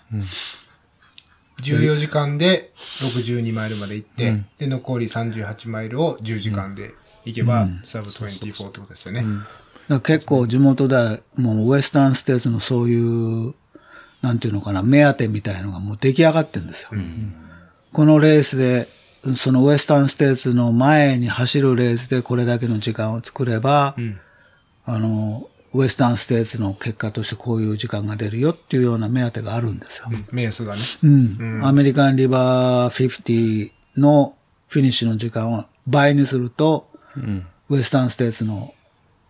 Speaker 3: 14時間で62マイルまで行って、で、残り38マイルを10時間で行けば、サブ24ってことですよね。
Speaker 4: だから結構地元ではもうウエスタンステーツのそういう、なんていうのかな、目当てみたいのがもう出来上がってるんですよ。このレースで、そのウエスタンステーツの前に走るレースでこれだけの時間を作れば、あの、ウエスタンステーツの結果としてこういう時間が出るよっていうような目当てがあるんですよ。
Speaker 3: 目安がね。
Speaker 4: うん。アメリカンリバー50のフィニッシュの時間を倍にすると、ウエスタンステーツの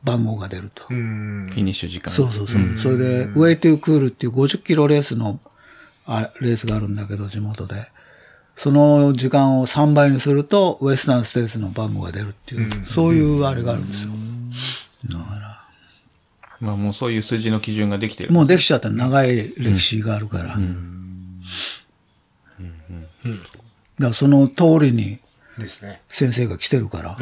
Speaker 4: 番号が出ると。
Speaker 3: うん。
Speaker 2: フィニッシュ時間。
Speaker 4: そうそうそう。それで、ウェイトゥークールっていう50キロレースの、あレースがあるんだけど、地元で。その時間を3倍にすると、ウエスタンステーツの番号が出るっていう、そういうあれがあるんですよ。だから、
Speaker 2: まあもうそういう数字の基準ができてる。
Speaker 4: もうできちゃった長い歴史があるから。だからその通りに
Speaker 3: ですね。
Speaker 4: 先生が来てるから。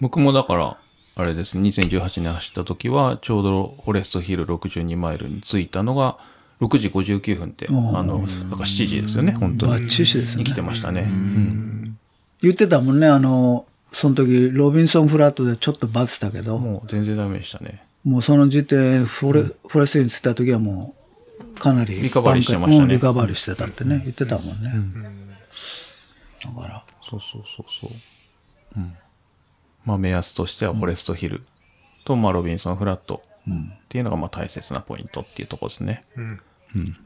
Speaker 2: 僕もだから、あれですね、2018年走った時は、ちょうどフォレストヒル62マイルに着いたのが、6時59分って、あの、だから7時ですよね、本当に。
Speaker 4: バッチシですよね
Speaker 2: 生きてましたね。うん
Speaker 4: 言ってたもんね、あの、その時、ロビンソンフラットでちょっとバズったけど、
Speaker 2: もう全然ダメでしたね。
Speaker 4: もうその時点、フォレ,、フォレストに着いた時はもう、かなり
Speaker 2: リカバリーしてましたね
Speaker 4: うんリカバリーしてたってね、言ってたもんね。だから、
Speaker 2: そうそうそうそう。うん。まあ目安としては、フォレストヒルと、まあロビンソンフラットっていうのが、まあ大切なポイントっていうところですね。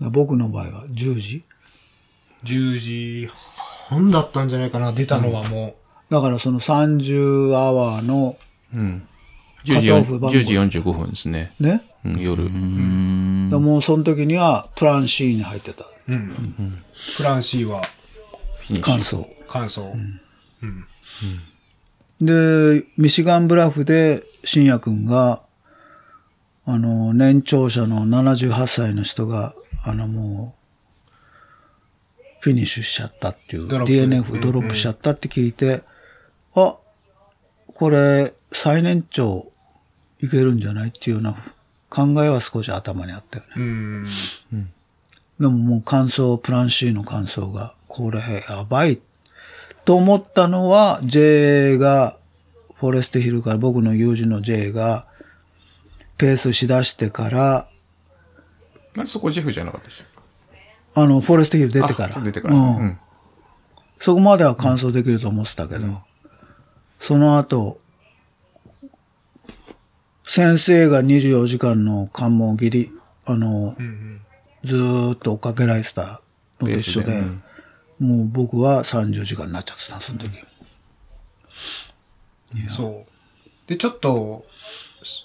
Speaker 4: 僕の場合は10時
Speaker 3: 10時半だったんじゃないかな、出たのはもう。
Speaker 4: だからその30アワーの、
Speaker 2: うん。
Speaker 4: カットオフ番号
Speaker 2: 10時45分ですね。
Speaker 4: ね、
Speaker 2: うん、夜。
Speaker 4: だからもうその時にはプラン C に入ってた、
Speaker 3: フランシーは
Speaker 4: 感想。
Speaker 3: 乾燥。
Speaker 4: で、ミシガンブラフで、信也くんが、あの、年長者の78歳の人が、あの、もう、フィニッシュしちゃったっていう、
Speaker 3: ドロップ
Speaker 4: DNF ドロップしちゃったって聞いて、あ、これ、最年長いけるんじゃないっていうような考えは少し頭にあったよね。
Speaker 3: うん。
Speaker 4: でももう感想、プラン C の感想が、これやばい。と思ったのは、J が、フォレストヒルから僕の友人の J が、ペースしだしてから、
Speaker 2: あれそこジェフじゃなかったでしたっ
Speaker 4: あの、フォレストヒル出
Speaker 2: け
Speaker 4: てから。
Speaker 2: あ出てから。
Speaker 4: うん
Speaker 2: うん
Speaker 4: そこまでは完走できると思ってたけど、その後、先生が24時間の関門切り、あの、ずーっと追っかけられてたのと一緒で、
Speaker 2: ベースで
Speaker 4: もう僕は30時間になっちゃってた、その時。
Speaker 3: そう。で、ちょっと、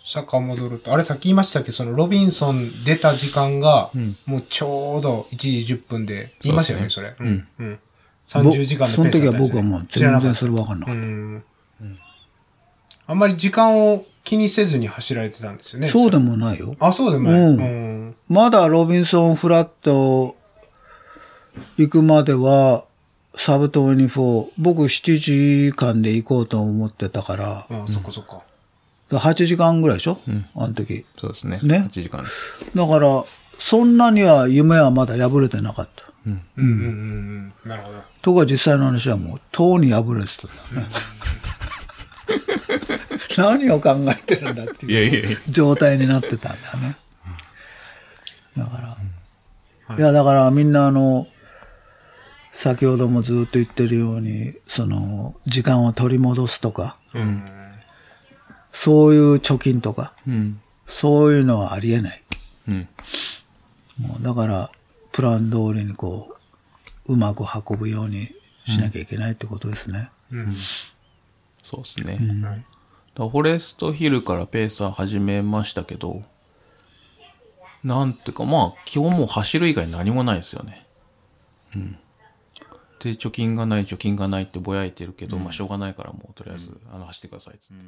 Speaker 3: 坂戻ると、あれさっき言いましたっけそのロビンソン出た時間が、もうちょうど1時10分で、言いましたよね、
Speaker 2: そ
Speaker 3: そ
Speaker 2: う
Speaker 3: れ
Speaker 2: で。
Speaker 3: う
Speaker 2: す
Speaker 3: ん。うん。
Speaker 4: ぼ
Speaker 3: 30時間の
Speaker 4: そ
Speaker 3: ペースだったんで
Speaker 4: の
Speaker 3: す
Speaker 4: 時
Speaker 3: よ
Speaker 4: は
Speaker 3: ね
Speaker 4: 僕はもう
Speaker 3: 知ら
Speaker 4: 全
Speaker 3: なか
Speaker 4: 然
Speaker 3: った
Speaker 4: それ分かんなか
Speaker 3: う
Speaker 4: っ
Speaker 3: ん。あんまり時間を気にせずに走られてたんですよ
Speaker 4: た。
Speaker 3: ね。
Speaker 4: そうで
Speaker 3: も。
Speaker 4: もないよ。
Speaker 3: あ、そうでもないう
Speaker 4: うん
Speaker 3: ん。
Speaker 4: まだロビンソンフラット行くまでは、サブ24、僕7時間で行こうと思ってたから、
Speaker 3: あ、そっかそっか。
Speaker 4: 8時間ぐらいでしょ、あの時。
Speaker 2: そうですね。
Speaker 4: ね
Speaker 2: 8時間です。
Speaker 4: だから、そんなには夢はまだ破れてなかった。
Speaker 3: うんうんうんうん。なるほど。
Speaker 4: とか実際の話はもう、とうに破れてた。何を考えてるんだって
Speaker 2: い
Speaker 4: いう
Speaker 2: やいやいや。
Speaker 4: 状態になってたんだよね。だから、いやだからみんなあの、先ほどもずっと言ってるように、その、時間を取り戻すとか、そういう貯金とか、
Speaker 2: うん。
Speaker 4: そういうのはありえない。
Speaker 2: うん。
Speaker 4: もうだから、プラン通りにこう、うまく運ぶようにしなきゃいけないってことですね。
Speaker 2: そうですね。だからフォレストヒルからペーサー始めましたけど、なんていうか、まあ、基本もう走る以外何もないですよね。うん。で、貯金がない、貯金がないってぼやいてるけど、まあ、しょうがないからもう、とりあえず、あの、走ってくださいっつって。